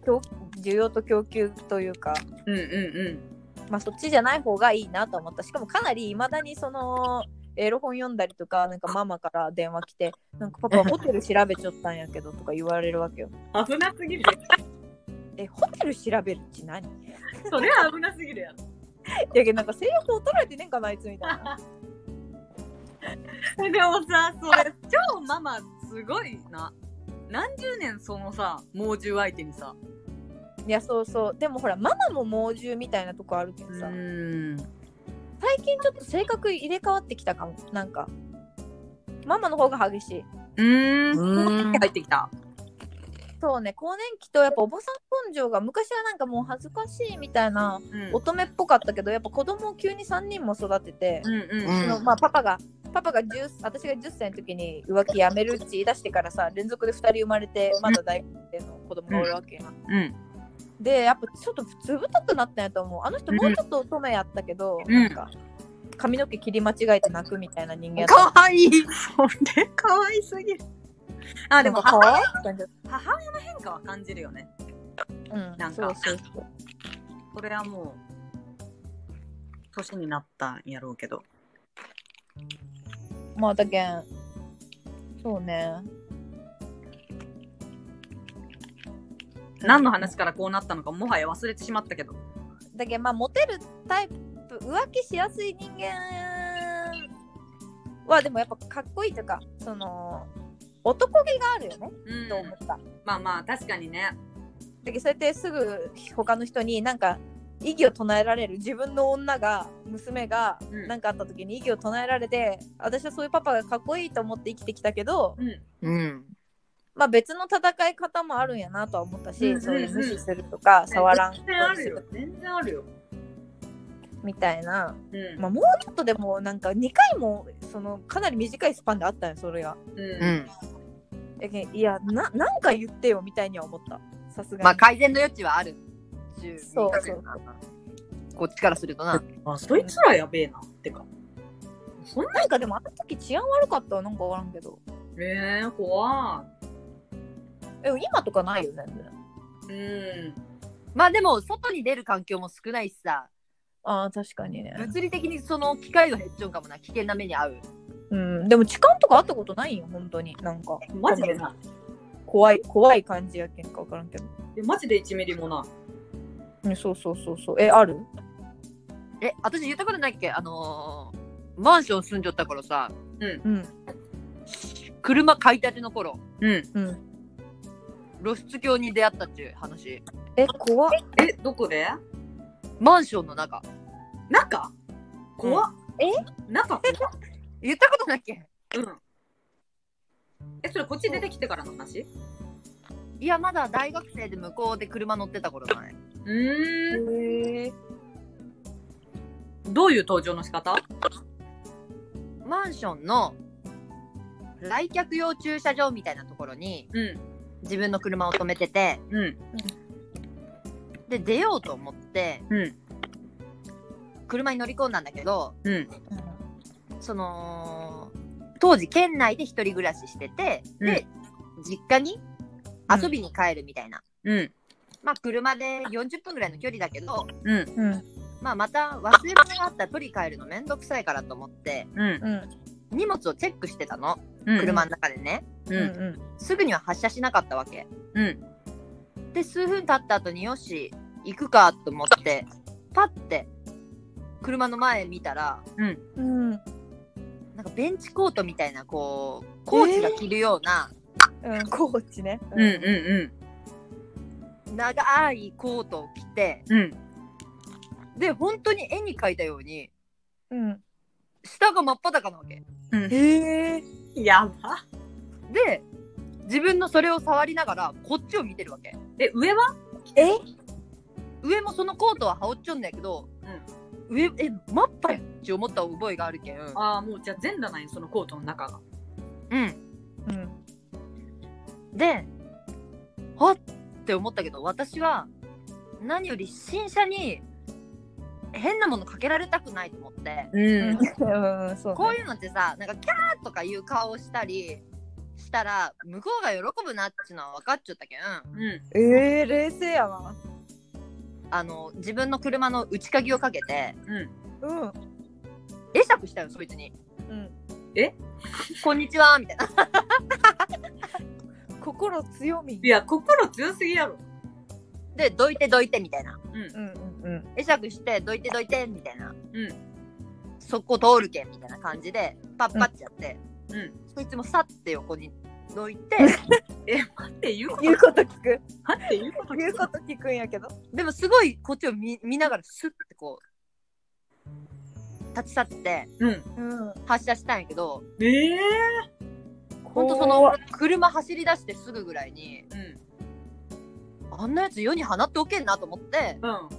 S2: 供需要と供給というか、
S1: うんうん
S2: まあ、そっちじゃない方がいいなと思ったしかもかなりいまだにそのエロ本読んだりとかなんかママから電話来て「なんかパパホテル調べちゃったんやけど」とか言われるわけよ。
S1: うん危なすぎる
S2: えホテル調べるって何 い
S1: それは危なすぎるやろ
S2: やけどなんか性欲を捉えてねえんかなあいつみたいな。
S1: でもさそれ超ママすごいな何十年そのさ猛獣相手にさ
S2: いやそうそうでもほらママも猛獣みたいなとこあるけどさ
S1: ん
S2: 最近ちょっと性格入れ替わってきたかもなんかママの方が激しい。
S1: うん
S3: うん
S1: 入ってきた
S2: そうね更年期とやっぱおばさん根性が昔はなんかもう恥ずかしいみたいな
S1: うん
S2: 乙女っぽかったけどやっぱ子供を急に3人も育てて、
S1: うんうん
S2: そのまあ、パパがパパが10私が10歳の時に浮気やめるって言い出してからさ連続で2人生まれてまだ大学生の子供がおるわけやん、
S1: うん
S2: でやっぱちょっとつぶたくなったんやと思うあの人もうちょっと乙女やったけど、
S1: うん
S2: なんか髪の毛切り間違えて泣くみたいな人間やった
S1: かわいいそれかわいすぎるあでも
S2: か
S1: 母
S2: わいい感じだっ
S1: 母親の変化は感じるよね
S2: たうん
S1: なんか
S2: そうそうそう
S1: これはもう年になったんやろうけど
S2: まあだけんそうね
S1: 何の話からこうなったのかもはや忘れてしまったけど
S2: だけどまあモテるタイプ浮気しやすい人間はでもやっぱかっこいいとかその男気があるよね、
S4: う
S2: と思
S4: ん。
S2: った。
S4: まあまあ、確かにね。
S2: でそうやってすぐ他の人になんか異議を唱えられる自分の女が娘が
S4: うん
S2: 何かあった時に異議を唱えられて、私はそういうパパがかっこいいと思って生きてきたけど、
S4: うん。
S3: うん。
S2: まあ、別の戦い方もあるんやなとは思ったし、
S4: うんうんうん
S2: そういう無視するとか触らん
S4: 全然あるよ。全然あるよ。
S2: みたいな、
S4: うん。
S2: まあ、もうちょっとでもなんか2回もそのかなり短いスパンであったんよそれが。
S4: うん
S3: うん。
S2: やけんいやななんか言ってよみたいには思ったさすがに。
S3: まあ改善の余地はある。
S2: そうそう
S3: こっちからするとな。
S4: あ、そいつらやべえな。ってか。そんな、
S2: なんかでもあの時治安悪かったわなんかわからんけど
S4: えー、怖
S2: え今とかないよね全然
S4: い。うん。
S3: まあでも外に出る環境も少ないしさ、
S2: ああ確かにね、
S3: 物理的にその機会が減っちゃうかもな、危険な目に遭う。
S2: うん、でも痴漢とかあったことないよ本当になんか
S4: マジでな
S2: 怖い怖い感じやけんか分からんけど、
S4: い。えマジで1ミリもな
S2: ね、そうそうそうそうえある
S3: え、私言ったことないっけあのーマンション住んじゃった頃さ、
S2: うん
S3: 車買い立ての頃、
S4: い。うん。
S2: うん
S3: 露出狂に出会ったっちゅう話。
S2: え怖っ
S4: え、どこで
S3: マンションの中。
S4: 中怖っ。
S2: え
S4: 中怖っ。
S3: 言ったことないっけ
S4: うん。え、それこっち出てきてからの話
S3: いや、まだ大学生で向こうで車乗ってた頃だね。
S4: うーん。
S2: え
S4: どういう登場の仕方
S3: マンションの来客用駐車場みたいなところに
S4: うん。
S3: 自分の車を止めてて、
S4: うん。
S3: で、出ようと思って、
S4: うん。
S3: 車に乗り込んだんだけど、
S4: うん。
S3: その、当時県内で一人暮らししてて、で、実家に遊びに帰るみたいな。
S4: うん。
S3: まあ、車で40分ぐらいの距離だけど、
S4: うん。
S2: うん
S3: まあ、また忘れ物があったら取り帰るのめんどくさいからと思って、
S4: うん。
S2: うん
S3: 荷物をチェックしてたの。
S4: うん。
S3: 車の中でね。
S4: う
S2: うん
S4: ん。
S2: うん
S3: すぐには発車しなかったわけ。
S4: うん。
S3: で数分経った後によし行くかと思ってパッて車の前見たら
S2: うんうん
S3: なんかベンチコートみたいなこうコーチが着るような
S2: コーチね
S4: うん。う
S3: 長いコートを着て
S4: ん。うん。
S3: で本当に絵に描いたように
S2: うん
S3: 下が真っ裸なわけ
S4: うん。
S2: えー、
S4: やば。
S3: で自分のそれを触りながらこっちを見てるわけ
S4: え、上は
S2: え
S3: 上もそのコートは羽織っちょんだけど、上え真っ裸やんって思った覚えがあるけん
S4: ああ、もうじゃあ全裸なんや、そのコートの中が。
S3: うん
S2: うん
S3: で、はっって思ったけど、私は何より新車に変なものかけられたくないと思って、
S4: うん。
S2: うんそう、ね、
S3: こういうのってさ、なんかキャーとかいう顔をしたりしたら、向こうが喜ぶなっちゅうのは分かっちゃったけん、
S4: うん。
S2: えー、冷静やな
S3: あの、自分の車の内鍵をかけて、
S4: うん。
S2: うん
S3: 会釈したよ、そいつに。
S2: うん
S3: こんにちは、みたいな。
S2: 心強み
S4: いや、心強すぎやろ。
S3: で、どいてどいて、みたいな。
S4: うん。
S2: うんうんうん
S3: 会釈して、どいてどいて、みたいな。
S4: うん。
S3: そこ通るけん、みたいな感じで、パッパってやって、
S4: うん。
S3: そいつもさって横にどいて、
S4: え、待って、言うこと
S2: 言うこと聞く
S4: 待って、言うこと
S2: 言うこと聞くんやけど
S3: でもすごいこっちを見見ながらスッてこう立ち去って
S4: うん。
S2: うん
S3: 発車したんやけど
S4: ええ
S3: ほんとその車走り出してすぐぐらいに
S4: うん。
S3: あんなやつ世に放っておけんなと思って
S4: うん。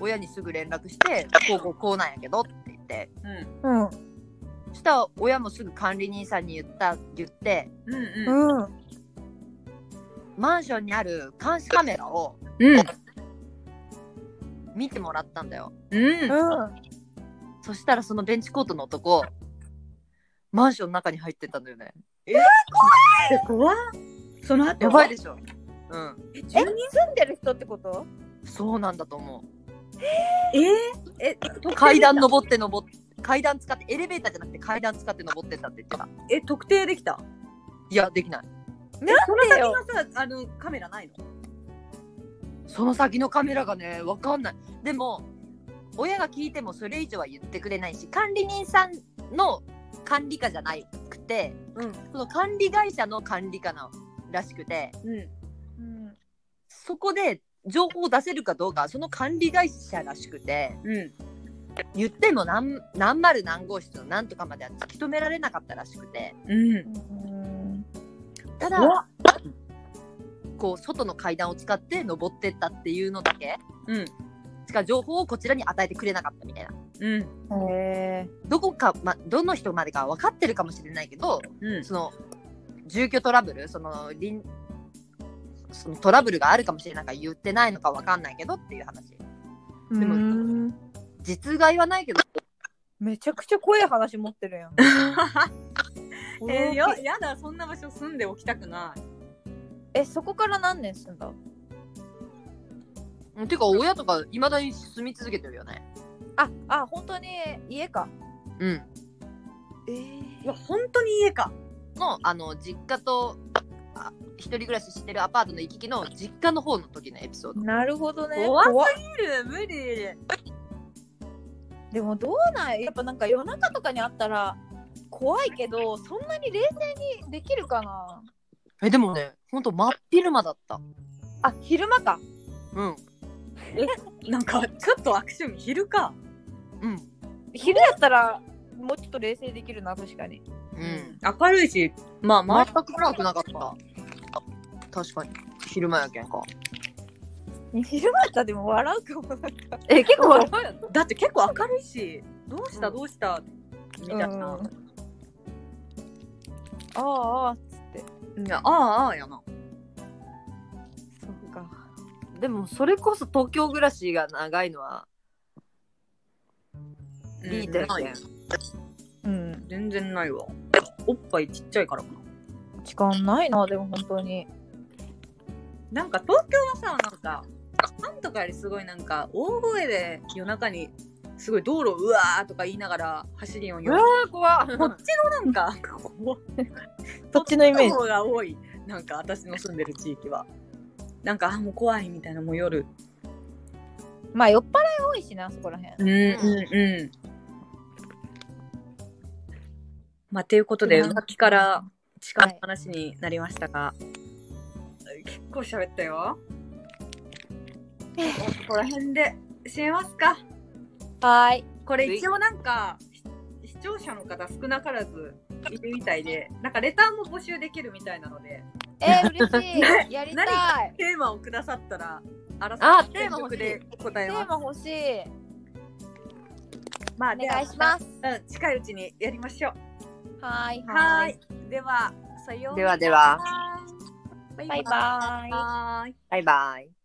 S3: 親にすぐ連絡してこうこうこうなんやけどって言って
S4: うん。
S2: うん
S3: したら親もすぐ管理人さんに言った言って
S4: うん。うん。
S2: うん
S3: マンションにある監視カメラを
S4: うん。
S3: 見てもらったんだよ
S4: うん。
S2: う
S3: そしたらそのベンチコートの男マンションの中に入ってったんだよね
S4: え、怖っその後
S3: やばいでしょうん
S4: え、
S2: え住んでる人ってこと
S3: そうなんだと思う
S4: ええ、
S3: 階段登って登って階段使ってエレベーターじゃなくて階段使って登ってったって言ってた
S4: え、特定できた
S3: いやできない
S4: その先
S2: よ
S4: のさ、あの、カメラないの
S3: その先のカメラがねわかんないでも親が聞いてもそれ以上は言ってくれないし管理人さんの管理課じゃなくて、
S1: うん
S3: その管理会社の管理課なのらしくて
S1: うん
S2: うん
S3: そこで情報を出せるかどうかはその管理会社らしくて
S1: うん
S3: 言っても何何丸何号室の何とかまでは突き止められなかったらしくて
S1: うん
S2: うん
S3: た
S1: う
S3: だこう外の階段を使って登ってったっていうのだけ
S1: うん
S3: しか情報をこちらに与えてくれなかったみたいな
S1: うん
S2: へえ
S3: どこか、ま、どの人までか分かってるかもしれないけど
S1: うん
S3: その住居トラブルその隣そのトラブルがあるかもしれないから言ってないのか分かんないけどっていう話
S2: で
S3: も
S2: も
S3: 実害はないけど
S2: めちゃくちゃ怖い話持ってるやん
S1: えー、よやだそんな場所住んでおきたくない
S2: えそこから何年住んだ
S3: うんていうか親とかいまだに住み続けてるよね
S2: ああ本当に家か
S3: うん
S2: え
S1: うわ本当に家か
S3: のあの実家とあ一人暮らししてるアパートの行き来の実家の方の時のエピソード
S2: なるほどね
S1: 怖すぎ
S2: 怖っ
S1: 無理
S2: でもどうなんやっぱなんか夜中とかにあったら怖いけどそんなに冷静にできるかな
S3: えでもねほんと真っ昼間だった
S2: あ昼間か
S3: うん
S1: なんかちょっと悪趣味昼か
S3: うん
S2: 昼だったらもうちょっと冷静できるな確かに
S3: うん
S1: 明るいしまあまあ
S3: 全く暗くなかった確かに昼間やけんか
S2: 昼間だったらでも笑うかもなんか
S3: え結構笑うや
S1: だって結構明るいしどうした
S3: うん
S1: どうしたみたいな
S2: うんああああつって
S1: いやああああやな
S2: そうか
S3: でもそれこそ東京暮らしが長いのはリートや
S1: な
S3: けん、
S1: い
S2: うん
S1: 全然ないわおっぱいちっちゃいからかな
S2: 時間ないなでも本当に
S1: なんか東京はさなんかパンとかよりすごいなんか大声で夜中にすごい道路うわーとか言いながら走りよんよ
S3: ー
S1: こっ
S3: 怖
S1: ちのなん かこう
S2: そっちのイメージ
S1: 方が多いなんか私の住んでる地域はなんかあもう怖いみたいなもう夜
S2: まあ酔っ払い多いしなそこらへん
S1: うんうんうんまあということで
S2: うん
S1: 浮気から痴漢の話になりましたが、結構喋ったよここら辺で締めますか
S2: はーい
S1: これ一応なんか視視聴者の方少なからずいるみたいでなんかレターも募集できるみたいなので
S2: えー、嬉しいやりたい
S1: テーマをくださったらあら
S3: あ
S1: さ
S3: テーマ欲しい
S1: で答え
S2: テ
S1: ま
S2: ー
S1: す
S2: マ欲しい
S1: まあ
S2: お
S1: では
S2: 願いします
S1: たうん近いうちにやりましょう
S2: はーい
S1: はー
S2: い
S1: いではさよう
S3: ではでは
S1: なら
S2: バイバーイ
S1: バイバイ
S3: バイバイ